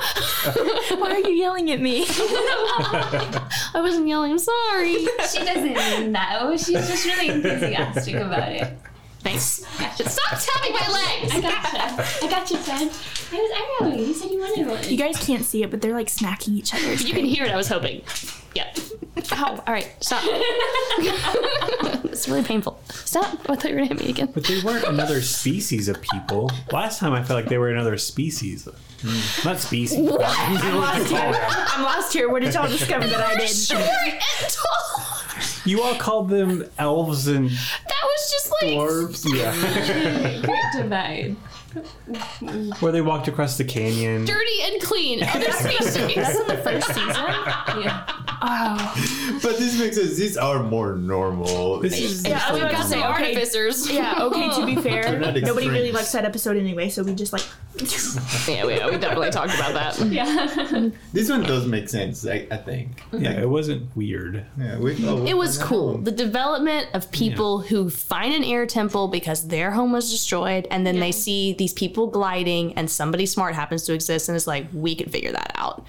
Why are you yelling at me? I wasn't yelling. I'm sorry. She doesn't know. She's just really enthusiastic about it. Thanks. Stop tapping my legs. I gotcha. I gotcha, friend. I was arrowing. You said you wanted one. *laughs* You guys can't see it, but they're like smacking each other. You can hear it. I was hoping. Yeah. Ow. Oh, All right. *laughs* Stop. it's really painful. Stop. I thought you were gonna hit me again. But they weren't another species of people. Last time I felt like they were another species. Hmm. Not species. I'm lost here. What did *laughs* y'all discover that I did? Short and tall. You all called them elves and That was just like dwarves. Yeah. *laughs* Great divide. Where they walked across the canyon. dirty and clean. Other species. *laughs* That's in the first season. Yeah. Wow. But this makes sense. These are more normal. This is Yeah, I was about to say artificers. Yeah, okay, *laughs* to be fair, not nobody really extremes. likes that episode anyway, so we just like, yeah, we, we definitely talked about that. Yeah. This one does make sense, I, I think. yeah, it wasn't weird. Yeah, we, oh, It was cool. The development of people who find an air temple because their home was destroyed, and then they see these people gliding, and somebody smart happens to exist and is like, we can figure that out.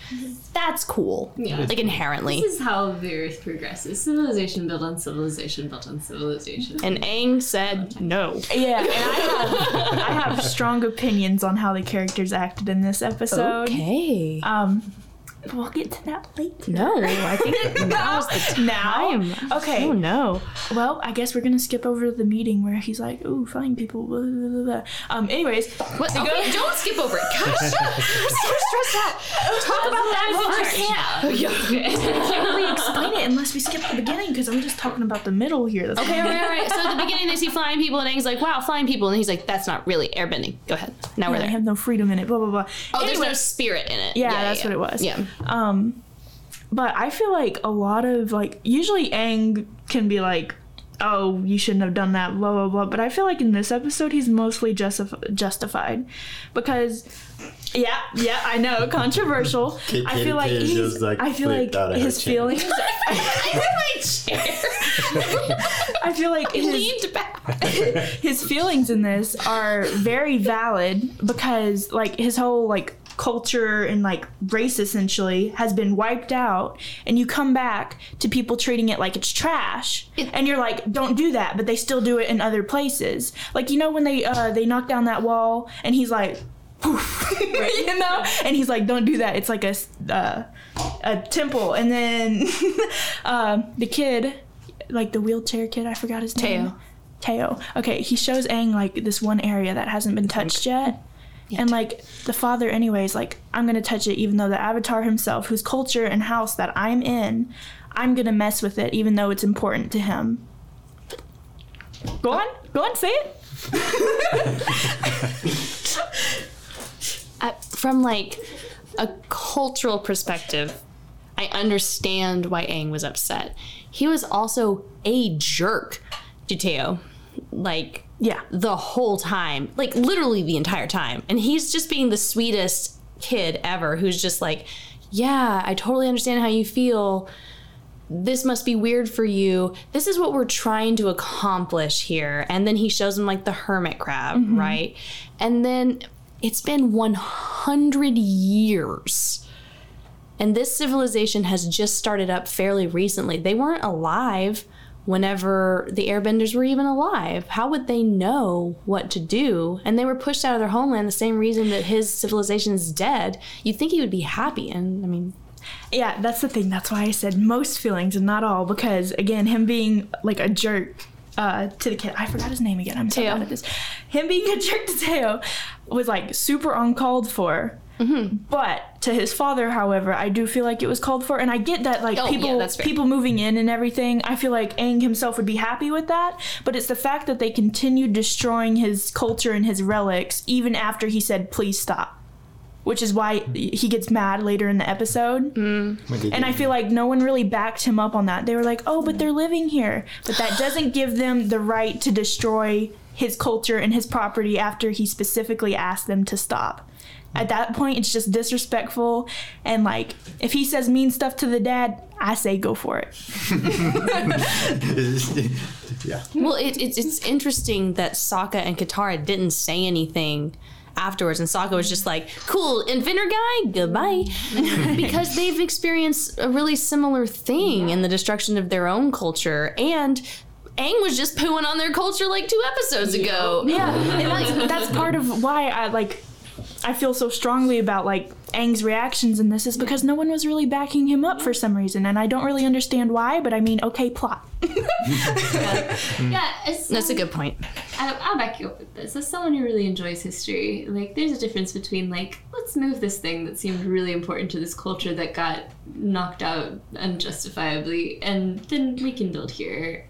That's cool. Yeah. Like inherently. This is how the earth progresses. Civilization built on civilization built on civilization. And Aang said no. yeah. And I have, I have strong opinions on how the characters acted in this episode. Okay. Um, we'll get to that later. No, I think now's *laughs* the Now, time. okay. Oh no. Well, I guess we're gonna skip over to the meeting where he's like, "Ooh, fine people." Blah, blah, blah, blah." Um. Anyways, What? Okay, don't skip over it. *laughs* Gosh, I'm so stressed out. Talk about that more. can't really explain it unless we skip the beginning because I'm just talking about the middle here. That's Okay, all right, all right. So at the beginning, they see flying people, and Aang's like, "Wow, flying people," and he's like, "That's not really airbending." Go ahead. Now we're I there. have no freedom in it. Blah blah blah. Oh, there's no spirit in it. Yeah, that's what it was. Yeah. Um, but I feel like a lot of like usually Aang can be like, "Oh, you shouldn't have done that," blah blah blah. But I feel like in this episode, he's mostly justif- justified because, yeah, yeah, I know, controversial. *laughs* K- I feel K- like K is he's, just, like, I feel like flipped out of her his chair. feelings. *laughs* I feel like his, Leaned back. his feelings in this are very valid because like his whole like culture and like race essentially has been wiped out and you come back to people treating it like it's trash and you're like don't do that but they still do it in other places like you know when they uh they knock down that wall and he's like poof *laughs* you know and he's like don't do that it's like a s- uh, a temple and then *laughs* um the kid like the wheelchair kid i forgot his name Teo. Teo. Okay, he shows Aang like this one area that hasn't been touched yet. And like the father anyway is like, I'm gonna touch it even though the avatar himself, whose culture and house that I'm in, I'm gonna mess with it even though it's important to him. Go on, go on, say it. I, from like a cultural perspective, I understand why Aang was upset. He was also a jerk to Teo. Like, Yeah. the whole time, like literally the entire time. And he's just being the sweetest kid ever who's just like, Yeah, I totally understand how you feel. This must be weird for you. This is what we're trying to accomplish here. And then he shows him like the hermit crab, right? And then it's been 100 years. And this civilization has just started up fairly recently. They weren't alive whenever the airbenders were even alive. How would they know what to do? And they were pushed out of their homeland the same reason that his civilization is dead. You'd think he would be happy. And I mean, Yeah, that's the thing. That's why I said most feelings and not all, because again, him being like a jerk uh, to the kid. I forgot his name again. I'm so Teo. bad at this. Him being a jerk to Teo was like super uncalled for. Mm-hmm. But to his father, however, I do feel like it was called for, and I get that like Oh, yeah, people that's fair. people moving in and everything. I feel like Aang himself would be happy with that, but it's the fact that they continued destroying his culture and his relics even after he said please stop, which is why he gets mad later in the episode. *laughs* And I feel like no one really backed him up on that. They were like, oh, but they're living here. But that doesn't give them the right to destroy his culture and his property after he specifically asked them to stop. At that point, it's just disrespectful. And like, if he says mean stuff to the dad, I say go for it. yeah. well, it, it's it's interesting that Sokka and Katara didn't say anything afterwards, and Sokka was just like, "Cool, Inventor *laughs* guy, goodbye," because they've experienced a really similar thing in the destruction of their own culture, and Aang was just pooing on their culture like two episodes ago. Yeah, and that's, that's part of why I like. I feel so strongly about like Aang's reactions in this is because no one was really backing him up for some reason, and I don't really understand why. But I mean, okay, plot. Yeah, it's, That's a good point. I, I'll back you up with this. As someone who really enjoys history, like there's a difference between like let's move this thing that seemed really important to this culture that got knocked out unjustifiably, and then we can build here,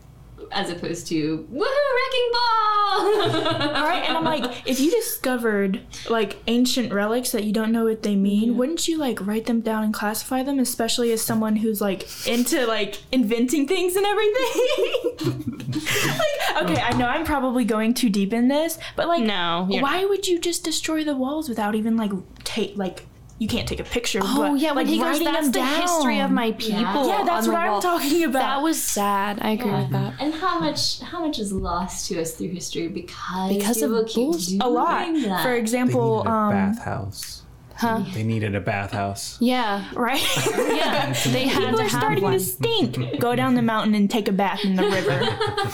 as opposed to woohoo wrecking ball. All right, and I'm like, if you discovered like ancient relics that you don't know what they mean, wouldn't you like write them down and classify them, especially as someone who's like into like inventing things and everything? *laughs* like, okay, I know I'm probably going too deep in this, but like, No, you're why would you just destroy the walls without even like take like you can't take a picture? Oh but, yeah, when like, he goes, writing that's them the history of down." my people. Yeah, that's on what the I'm wall." talking about. That was sad. I agree Yeah. with that. And how much how much is lost to us through history because Because of people keep bullshit. doing a lot. That. For They example, needed a um, bathhouse. Huh? They needed a bathhouse. Yeah, right? yeah. They had People to are have starting one. to stink. *laughs* Go down the mountain and take a bath in the river.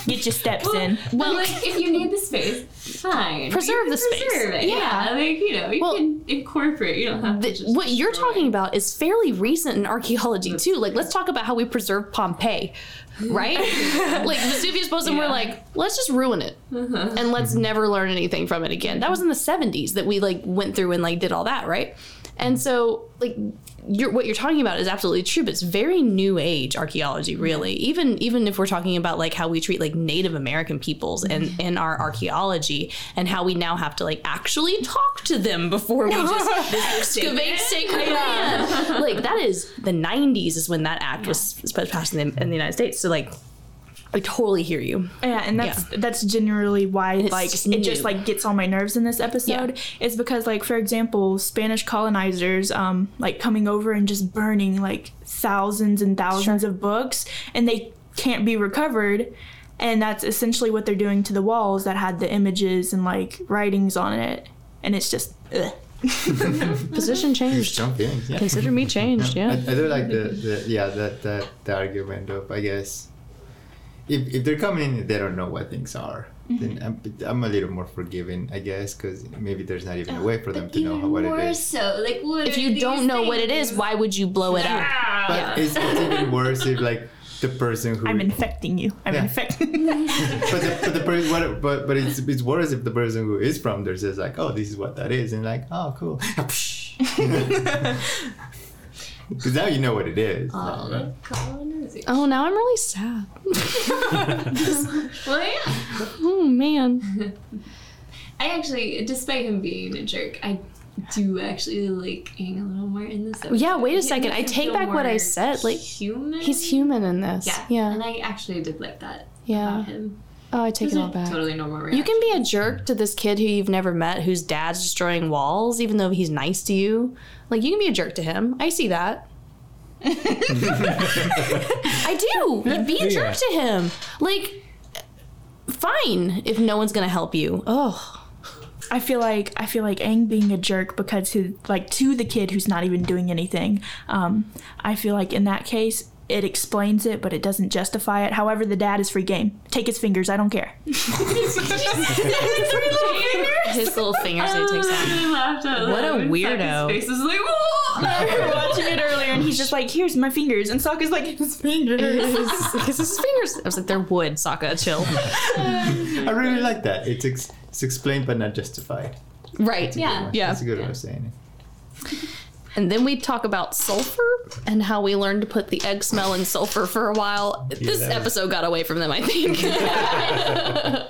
*laughs* Get your steps in. well, like if you need the space, fine. Preserve You can the space. preserve it. Yeah. like you know, you Well, can incorporate. You don't have to Th- just what you're destroy it. talking about is fairly recent in archaeology too. Like, let's talk about how we preserve Pompeii, right? like Vesuvius Boston, we're Yeah. like, let's just ruin it and let's never learn anything from it again. That was in the 70s that we like went through and like did all that, right? And so like you're, what you're talking about is absolutely true, but it's very new age archaeology, really. Even even if we're talking about like how we treat like Native American peoples and in our archaeology, and how we now have to like actually talk to them before we *laughs* just excavate sacred land. Like that is the '90s is when that act was was passed in the, in the United States. So like, I totally hear you. Yeah, and that's that's generally why it's like just it just new. like gets on my nerves in this episode. Is because like for example, Spanish colonizers um like coming over and just burning like thousands and thousands of books and they can't be recovered. And that's essentially what they're doing to the walls that had the images and like writings on it. And it's just ugh. Position Huge changed. jump in. Yeah. Consider me changed. I, Yeah. I do like the, the yeah that, that the argument of I guess if, if they're coming in and they don't know what things are Mm-hmm. then I'm, I'm a little more forgiving I guess because maybe there's not Ah, even a way for them But to know even how- what more it is. so, like what If are you don't these know what it things? Ah, is, why would you blow it up? But Yeah. it's, it's even worse if like the person who I'm infecting you. I'm Yeah. infecting. but the, but the person what, but but it's it's worse if the person who is from there says like oh this is what that is and like oh cool *laughs* because now you know what it is. All the colonizers. Oh, now I'm really sad. *laughs* Well, yeah. Oh man. *laughs* I actually, despite him being a jerk, I do actually like hang a little more in this. Episode. Yeah, wait a It second. makes I him take feel back what I more said, like, human. He's human in this. Yeah, Yeah. And I actually did like that Yeah. about him. Oh, I take Those it are all back. Totally normal. You reaction. can be a jerk to this kid who you've never met, whose dad's destroying walls, even though he's nice to you. Like you can be a jerk to him. I see that. I do. Be a jerk to him. Like, fine if no one's gonna help you. Oh, I feel like I feel like Aang being a jerk because his like to the kid who's not even doing anything. Um, I feel like in that case it explains it, but it doesn't justify it. However, the dad is free game. Take his fingers. I don't *laughs* care. *laughs* *laughs* his little fingers that he *laughs* takes out. I laughed out What a loud. weirdo. His face is like, "Whoa!" we were watching it earlier, and he's just like, "Here's my fingers," and Sokka's like, "His fingers." Because his fingers. I was like, they're wood, Sokka, chill. I really like that. It's ex- it's explained but not justified. Right. Yeah. Yeah. That's a good way of saying it. And then we talk about sulfur and how we learned to put the egg smell in sulfur for a while. this that was- episode got away from them, I think.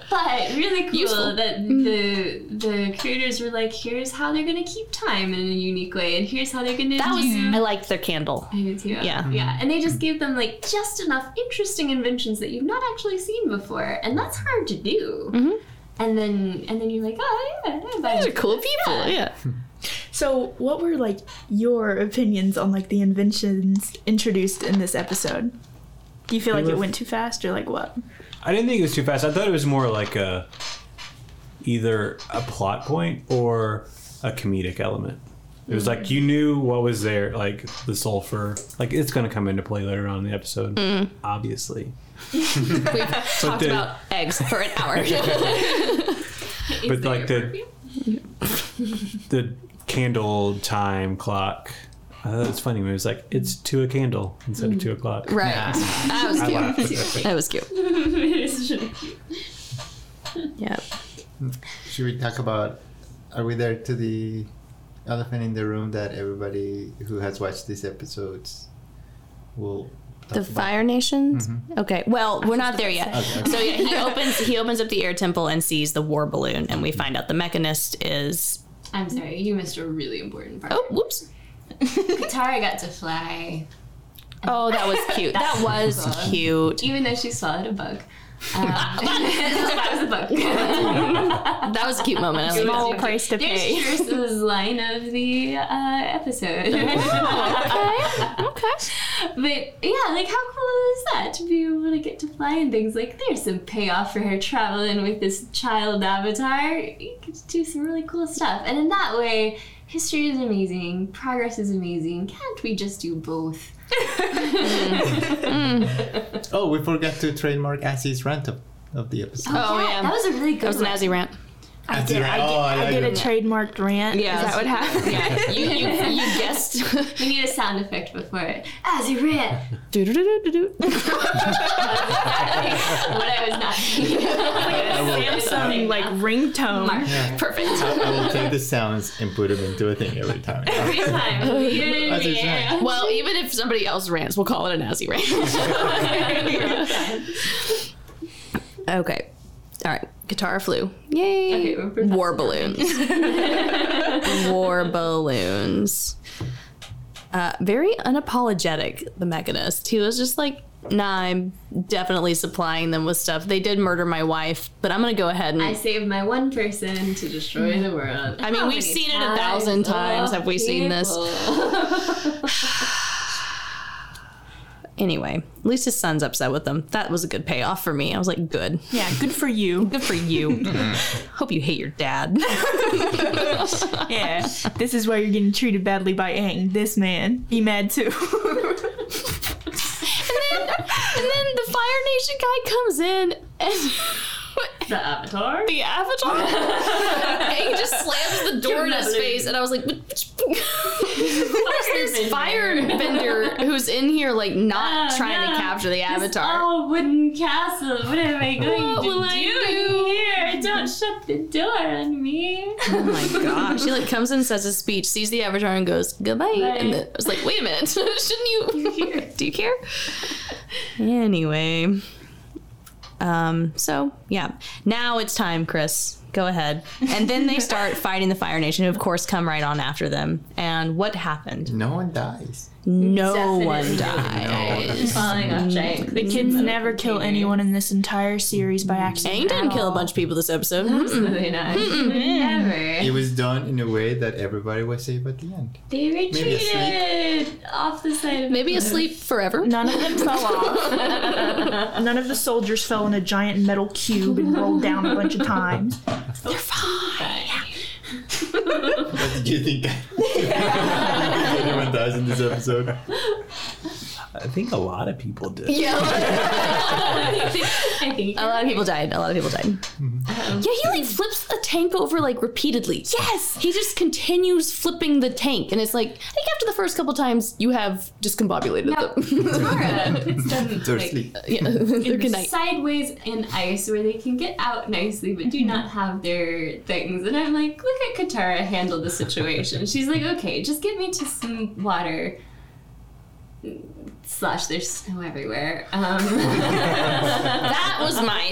But really cool Useful. that the the creators were like, here's how they're gonna keep time in a unique way, and here's how they're gonna that was Mm-hmm. do. I liked their candle. I did too. Yeah. yeah, and they just gave them like just enough interesting inventions that you've not actually seen before, and that's hard to do. And then and then you're like, oh yeah, I buy Mm-hmm. These are it." cool people. Yeah. *laughs* so, what were like your opinions on like the inventions introduced in this episode? Do you feel like it went too fast, or like what? I didn't think it was too fast. I thought it was more like a either a plot point or a comedic element. It was like you knew what was there, like the sulfur, like it's going to come into play later on in the episode, obviously. *laughs* Mm. *laughs* We've talked the- about eggs for an *laughs* hour. *laughs* but like the *laughs* the candle time clock. I thought it was funny when it was like it's to a candle instead of two o'clock. Mm. right. That was cute. That was cute. Yeah. Should we talk about? Are we there to the elephant in the room that everybody who has watched these episodes will? talk The about? Fire Nations. Okay. Well, Mm-hmm. we're not there yet. So yeah, he opens he opens up the air temple and sees the war balloon, and we find out the mechanist is *laughs* I'm sorry, you missed a really important part. oh whoops Katara got to fly, oh that was cute that was cute even though she swallowed a bug. Um, *laughs* that was a bug. *laughs* That was a cute moment. I like Small that. price to There's Shirisa's line of the uh, episode. *laughs* Okay. But yeah, like how cool is that to be able to get to fly and things like there's some payoff for her traveling with this child avatar. You get to do some really cool stuff. And in that way, history is amazing, progress is amazing. Can't we just do both? *laughs* Oh, we forgot to trademark Assie's rant of, of the episode. *laughs* Oh, yeah. That was a really That good was an one. Azzy rant. I That's did. right. I did, Oh, I I like did a it. trademarked rant. Yeah. Yeah, is that what happened? Yeah, you, you, you guessed. *laughs* We need a sound effect before it. As you read. *laughs* what I was not thinking. Samsung like ringtone. Perfect. I will take the sounds and put them into a thing every time. Every time. That's his *laughs* rant. Well, even if somebody else rants, we'll call it an Azzy rant. okay. All right. Guitar flew. Okay, Yay. we're perfect. War balloons. War balloons. Uh, very unapologetic, the mechanist. He was just like, nah, I'm definitely supplying them with stuff. They did murder my wife, but I'm going to go ahead and. I I- saved my one person to destroy the world. I mean, we've seen it a thousand times. Have we seen this? Anyway, at least his son's upset with them. That was a good payoff for me. I was like, good. Yeah, good for you. Good for you. Hope you hate your dad. *laughs* Yeah, *laughs* this is why you're getting treated badly by Aang. This man, be mad too. and then the Fire Nation guy comes in and *laughs* The Avatar? the avatar and he just slams the door in his face and I was like what *laughs* is this firebender who's in here like not Oh, trying no. to capture the This avatar all wooden castle. What am I going What to will I do in here? Don't shut the door on me. oh my gosh she like comes in says a speech sees the avatar and goes goodbye and then I was like wait a minute *laughs* shouldn't you do you care anyway um so yeah now it's time Chris go ahead. And then they start fighting the Fire Nation, who of course come right on after them. And what happened? No one dies. No one Definitely. died. Falling off Jake. The kids never kill anyone in this entire series by accident. Aang didn't kill a bunch of people this episode. Absolutely not. Never. It was done in a way that everybody was safe at the end. They a snake. retreated off the side of Maybe asleep forever. None of them fell off. None of the soldiers fell in a giant metal cube and rolled down a bunch of times. What did you think? *laughs* Anyone dies in this episode? I think a lot of people did. *laughs* Yeah. I think. *laughs* a lot of people died. A lot of people died. Yeah, he like flips the tank over like repeatedly. Mm-hmm. Yes. He just continues flipping the tank. And it's like, I think after the first couple times, you have discombobulated *laughs* No, them. Nora is done, They're like, asleep. *laughs* yeah. Good night. sideways in ice where they can get out nicely but do not have their things. And I'm like, look at Katara handle the situation. She's like, okay, just get me to some water. Slash, there's snow everywhere. Um, *laughs* That was my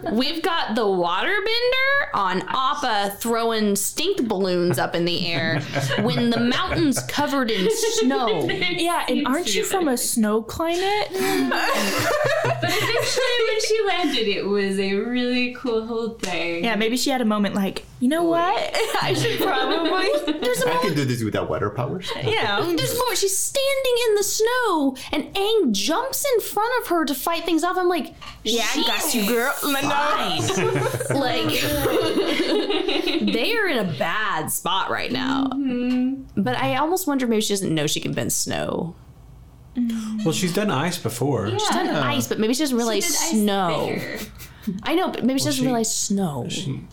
*laughs* thing. We've got the waterbender on Appa throwing stink balloons up in the air when the mountain's covered in Oh. snow. Yeah, and aren't you from a snow climate? but eventually, when she landed, it was a really cool whole thing. Yeah, maybe she had a moment like, you know what? *laughs* I should probably. There's a I moment, can do this without water powers. Yeah. there's a moment she's standing in the snow and Aang jumps in front of her to fight things off. I'm like, yeah, I got you, girl. *laughs* like, they are in a bad spot right now. But I almost wonder maybe she doesn't know she can bend snow. Well, she's done ice before. She's done ice, but maybe Uh, she doesn't She realize did ice snow. there. I know, but maybe she doesn't she- realize snow. She,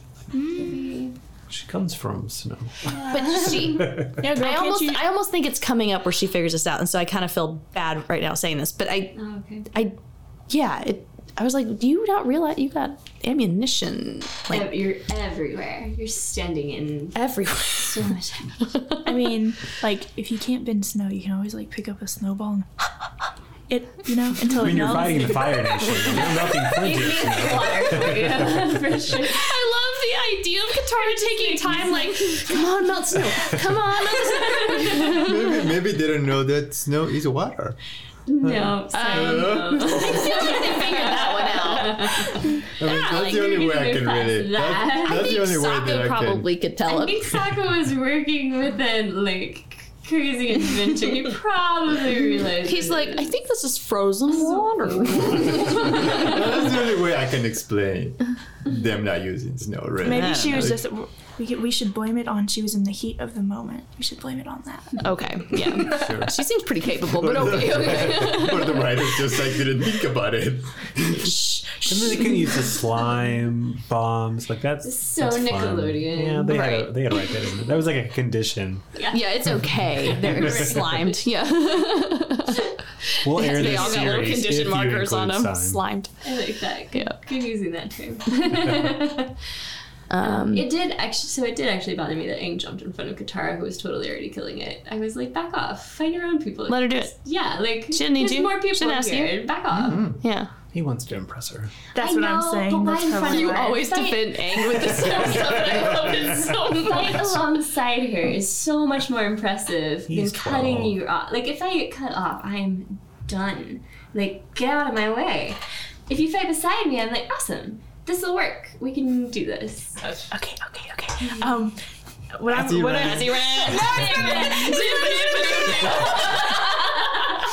she comes from snow. but she, Yeah, girl, I can't almost, you- I almost think it's coming up where she figures this out, and so I kind of feel bad right now saying this. But *laughs* I, *laughs* Oh, okay. I, yeah, it, I was like, do you not realize you got ammunition like Ev- You're everywhere. You're standing *laughs* in everywhere? so much. I mean, like, if you can't bend snow, you can always, like, pick up a snowball and. *laughs* It, you know, until I mean, it you're melts. fighting the Fire Nation. You're melting flinty. water for you, for sure. I love the idea of Katara taking time, like, come on, melt snow, come on, melt snow. Maybe, maybe they don't know that snow is water. *laughs* No, *laughs* um, They figured that one out. I mean, that's like, the only you're way I gonna can move read it. past that. That's, I that's the only way that I can. Sokka probably could tell I it. think Sokka was working with a like crazy inventor. He probably realized. *laughs* He's it. like, I think this is frozen water. *laughs* That's the only way I can explain them not using snow, really. Maybe she was Like- just. We, could, we should blame it on she was in the heat of the moment. We should blame it on that. Okay, yeah. *laughs* She seems pretty capable, but okay, okay. *laughs* Or the writers just like didn't think about it. And then they can use the slime bombs. Like that's So that's fun. Nickelodeon. Yeah, they had a, Right. they had to write that in. there. That was like a condition. *laughs* Yeah, it's okay. *laughs* They're slimed. Yeah. We'll air they this all got series little if condition you markers on them. include Slime. Slimed. I like that. Good, Yeah. good using that term. *laughs* Um, it did actually. So it did actually bother me that Aang jumped in front of Katara, who was totally already killing it. I was like, back off, find your own people. Let her do it. Yeah, like she didn't need there's you. more She people didn't ask you. Mm-hmm. here. Back off. yeah. He wants to impress her. That's I what know, I'm saying. but That's why in front probably of You why. always defend Aang with this stuff, and I love *laughs* it so Fight much. alongside her is so much more impressive He's than cutting 12. you off. Like if I get cut off, I'm done. Like get out of my way. If you fight beside me, I'm like awesome. This will work. We can do this. *laughs* Okay, okay, okay. Um, what I'm, you what ran. I, *laughs*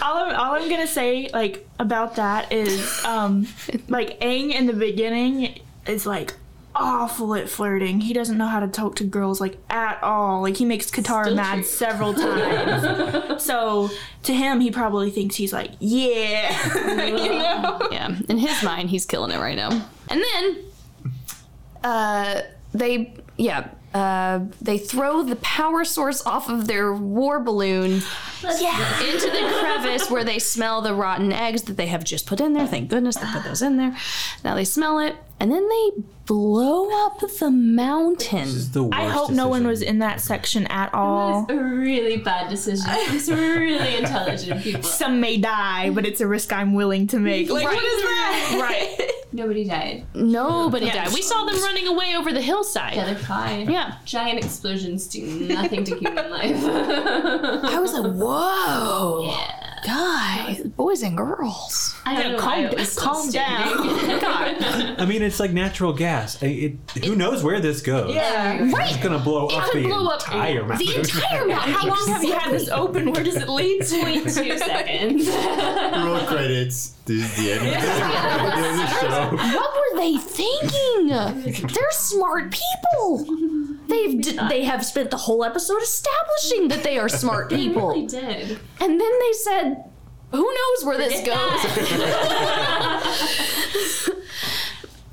all I'm, all I'm gonna say like about that is *laughs* um, like Aang in the beginning is like awful at flirting. He doesn't know how to talk to girls like at all. Like he makes Katara mad true. *laughs* several times. so to him, he probably thinks he's like yeah, you know. Yeah, in his mind, he's killing it right now. And then, uh, they yeah, uh, they throw the power source off of their war balloon into the crevice where they smell the rotten eggs that they have just put in there. Thank goodness they put those in there. Now they smell it, and then they blow up the mountain. It's the worst I hope no one decision. was in that section at all. That was a really bad decision. There's Some really *laughs* intelligent people. Some may die, but it's a risk I'm willing to make. Like, Right. what is that? Right. Nobody died. Nobody died. We saw them running away over the hillside. Yeah, they're fine. Yeah. Giant explosions do nothing to human *laughs* life. I was like, whoa, yeah. guys, boys and girls. I don't Yeah, know calm why I was d- *laughs* calm standing. God. I mean, it's like natural gas. I- It, who knows where this goes? Yeah. It's gonna blow up could the blow up entire mountain. The *laughs* entire mountain. How long have you had this open? Where does it lead to? *laughs* Two seconds. Roll credits. This is the end of the, *laughs* end of the show. What were they thinking? They're smart people. They've d- they have spent the whole episode establishing that they are smart They people, did. and then they said, "Who knows where this *laughs* goes?" *laughs*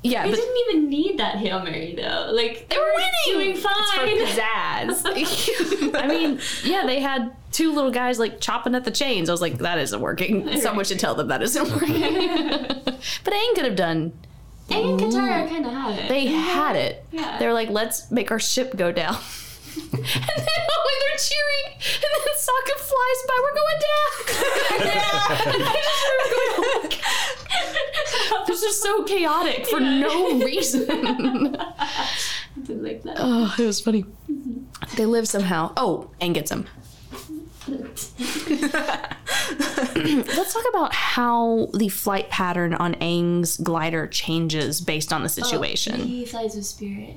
yeah, They but didn't even need that Hail Mary though. Like they were winning. doing *laughs* fine. I *laughs* mean, yeah, they had two little guys like chopping at the chains. I was like, that isn't working. Someone should tell them *laughs* that isn't working. but Aang could have done. and Katara kind of had it. They had it. Yeah. They were like, let's make our ship go down. *laughs* and then when they're cheering, and then Sokka flies by, we're going down. *laughs* and I just remember going, like, this is so chaotic for no reason. Something like that. oh, it was funny. They live somehow. Oh, Aang gets him. Let's talk about how the flight pattern on Aang's glider changes based on the situation. Oh, He flies with spirit.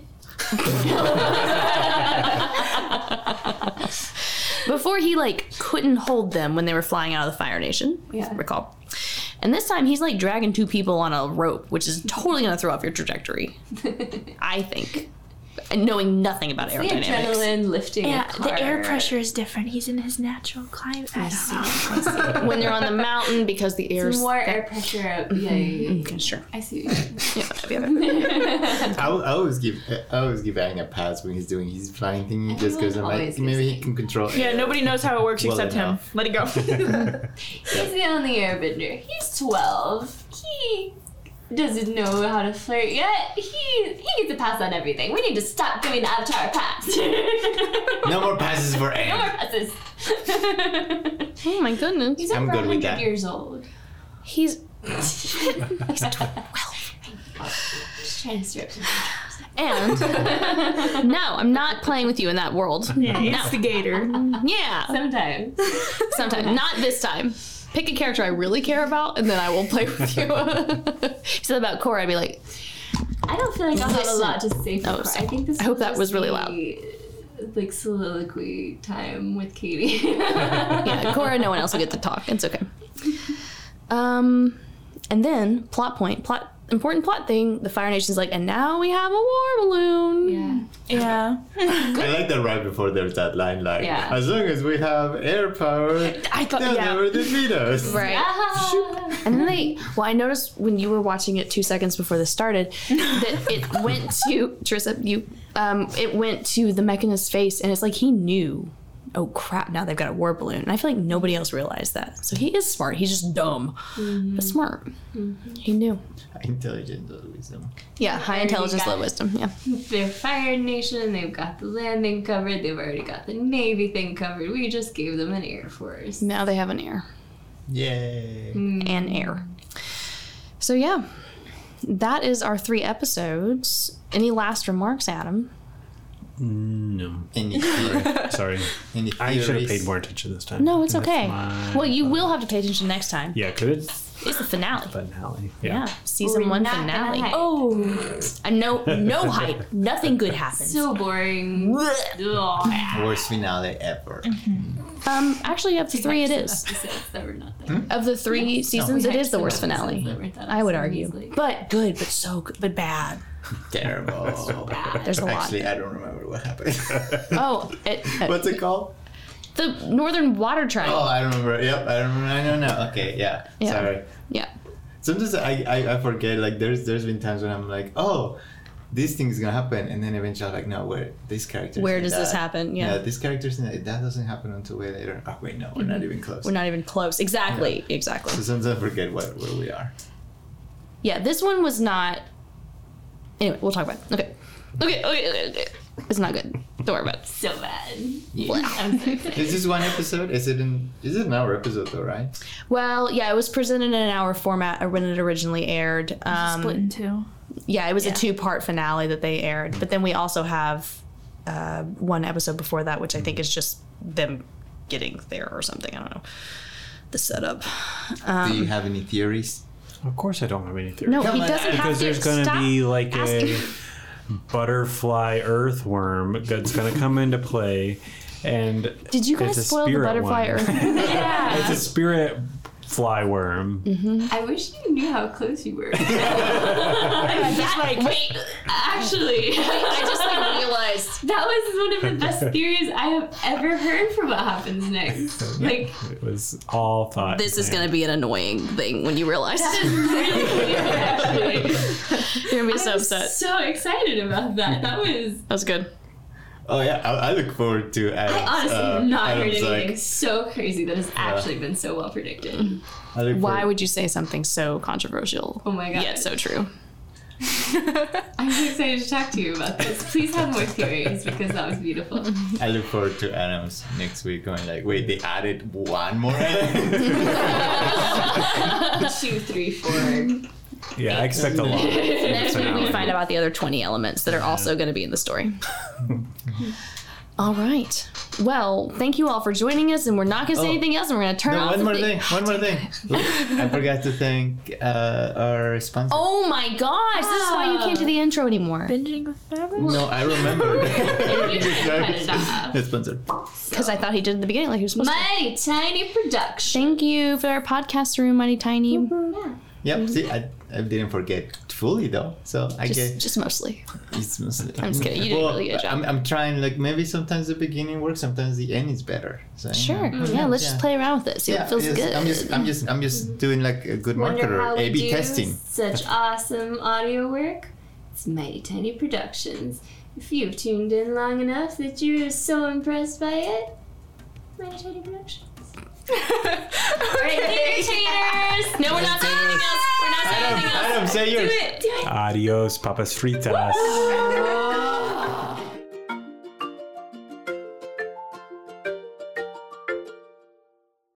Before he like couldn't hold them when they were flying out of the Fire Nation, if I Yeah. recall. And this time he's like dragging two people on a rope, which is totally gonna throw off your trajectory. *laughs* I think. And knowing nothing about The aerodynamics. adrenaline lifting. a Yeah, the air car. pressure is different. He's in his natural climate. I don't know. when they're on the mountain because the air's More air pressure up. Yeah, yeah, yeah, yeah. Okay, sure. I see. what you mean. I, al- I always give I always give Aang a pass when he's doing his flying thing just because I'm Always like gives maybe he me. can control. Yeah, air. nobody knows how it works Well except him. enough. Let it *laughs* go. He's the only airbender. He's 12. He doesn't know how to flirt yet. He he gets a pass on everything. We need to stop giving the Avatar a pass. *laughs* *laughs* No more passes for No more Aang. passes. Oh my goodness. He's over I'm good with 100 that. years old. *laughs* He's Just trying to stir up some *laughs* and no, I'm not playing with you in that world. it's the gator. Yeah. Sometimes. Sometimes. Not this time. Pick a character I really care about, and then I will play with *laughs* you. he said about Korra, I'd be like, I don't feel like I'll have a Listen. lot to say for Oh, her. sorry. I think this I hope will that just was really be, Like soliloquy time *laughs* with Katie. *laughs* yeah. yeah, Cora, no one else will get to talk. It's okay. Um, and then plot point, plot important plot thing. The Fire Nation's like, and now we have a war balloon. Yeah. I like that right before there's that line like Yeah. as long as we have air power, I thought, they'll yeah. never defeat us. Right. Ah. And then they, well, I noticed when you were watching it two seconds before this started, *laughs* that it went to Trissa. You, um, it went to the mechanist's face, and it's like he knew. Oh crap! Now they've got a war balloon, and I feel like nobody else realized that. So he is smart. He's just dumb, but smart. He knew. Intelligent or wisdom. Mm-hmm. Yeah, high intelligence, got low it. wisdom. Yeah. They're Fire Nation. They've got the land thing covered. They've already got the Navy thing covered. We just gave them an Air Force. Now they have an air Yay. and air. So yeah, that is our three episodes. Any last remarks, Adam? *laughs* No, Any theory, *laughs* sorry. any I should have theories? paid more attention this time. No, it's okay. my Well, you will have to pay attention next time. Yeah, because it's It's the finale. finale. Yeah, Yeah. season We're one not gonna finale. hype. Oh, I no, no hype. Nothing good happens. So boring. Ugh. Worst finale *laughs* ever. um, actually, of the three, it is. Episodes that were not that. Of the three seasons, it hyped is the some worst episodes finale. that weren't that I would awesome. argue, It's like- but good, but so good, but bad. Terrible. There's a lot. Actually, I don't remember what happened. Oh, *laughs* it, What's it called? the Northern Water Triangle. Oh, I don't remember. Yep, I remember. I don't know. Okay, yeah. Yeah. Sorry. Yeah. Sometimes I, I, I forget. Like there's there's been times when I'm like, oh, this thing's gonna happen, and then eventually I'm like, no, where this character. Where does this happen? Yeah. Yeah, this character's in that. That doesn't happen until way later. Oh wait, no, we're not even close. Mm-hmm. We're not even close. Exactly. Exactly. So sometimes I forget what, where we are. Yeah, this one was not. Anyway, we'll talk about it. Okay. Okay, okay, okay, okay. It's not good. Thorbat. so bad. I'm so *laughs* excited. Is this one episode? Is it in? Is it an hour episode though? Right? Well, yeah, it was presented in an hour format or when it originally aired. Um, Split in two. Yeah, it was Yeah. a two part finale that they aired. But then we also have uh, one episode before that, which I think is just them getting there or something. I don't know. The setup. Um, Do you have any theories? Of course, I don't have any *laughs* theory. No, Come he on, doesn't have because to there's going to stop be like asking- a butterfly earthworm that's going to come into play. And Did you it's guys a spoil the spirit butterfly one. earth? it's a spirit fly worm. I wish you knew how close you *laughs* were. wait, *laughs* actually, I just like realized that was one of the best theories I have ever heard for what happens next. Like It was all thought. Mm. This is going to be an annoying thing when you realize that is really weird. Actually, *laughs* You're going to be so I'm upset. so excited about that. That was That was good. Oh yeah, I, I look forward to. Adam's, I honestly uh, have not heard Adam's, anything like, so crazy that has actually been so well predicted. I look Why forward- would you say something so controversial? Oh my god, Yet so true. I'm so excited to talk to you about this. Please have more theories because that was *laughs* beautiful. I look forward to Adam's next week going like, wait, they added one more. Adam? Two, three, four. Yeah, I expect a *laughs* lot. Next week we finale. find out about the other 20 elements that are also going to be in *laughs* the story. all right. Well, thank you all for joining us, and we're not going to say Oh. anything else, and we're going to turn no, off one the more thing. One more *laughs* thing. I forgot to thank uh, our sponsor. Oh my gosh, this is why you can't do the intro anymore. Binging with fabric. No, I *laughs* *laughs* remembered. You just cut it off. The sponsor. Because I thought he did at the beginning like he was supposed to. Mighty Tiny Production. Thank Mm-hmm. you for our podcast room, Mighty Tiny. Yep. See, I, I didn't forget fully though. So I Just, guess just mostly. it's mostly. I'm just kidding. You did a Well, really good job. I'm, I'm trying. Like maybe sometimes the beginning works, sometimes the end is better. So, you sure. know. yeah, let's yeah. just play around with it. See Yeah, what feels yes, good. I'm just, I'm just, I'm just doing like a good Wonder marketer, how we A/B do testing. such awesome audio work. It's Mighty Tiny Productions. If you've tuned in long enough that you're so impressed by it, Mighty Tiny *laughs* Productions. All right, entertainers. no, we're not saying anything else. We're not Adam, saying anything else. Adam, say yours. Do it. Do it. Adios, papas fritas. Oh.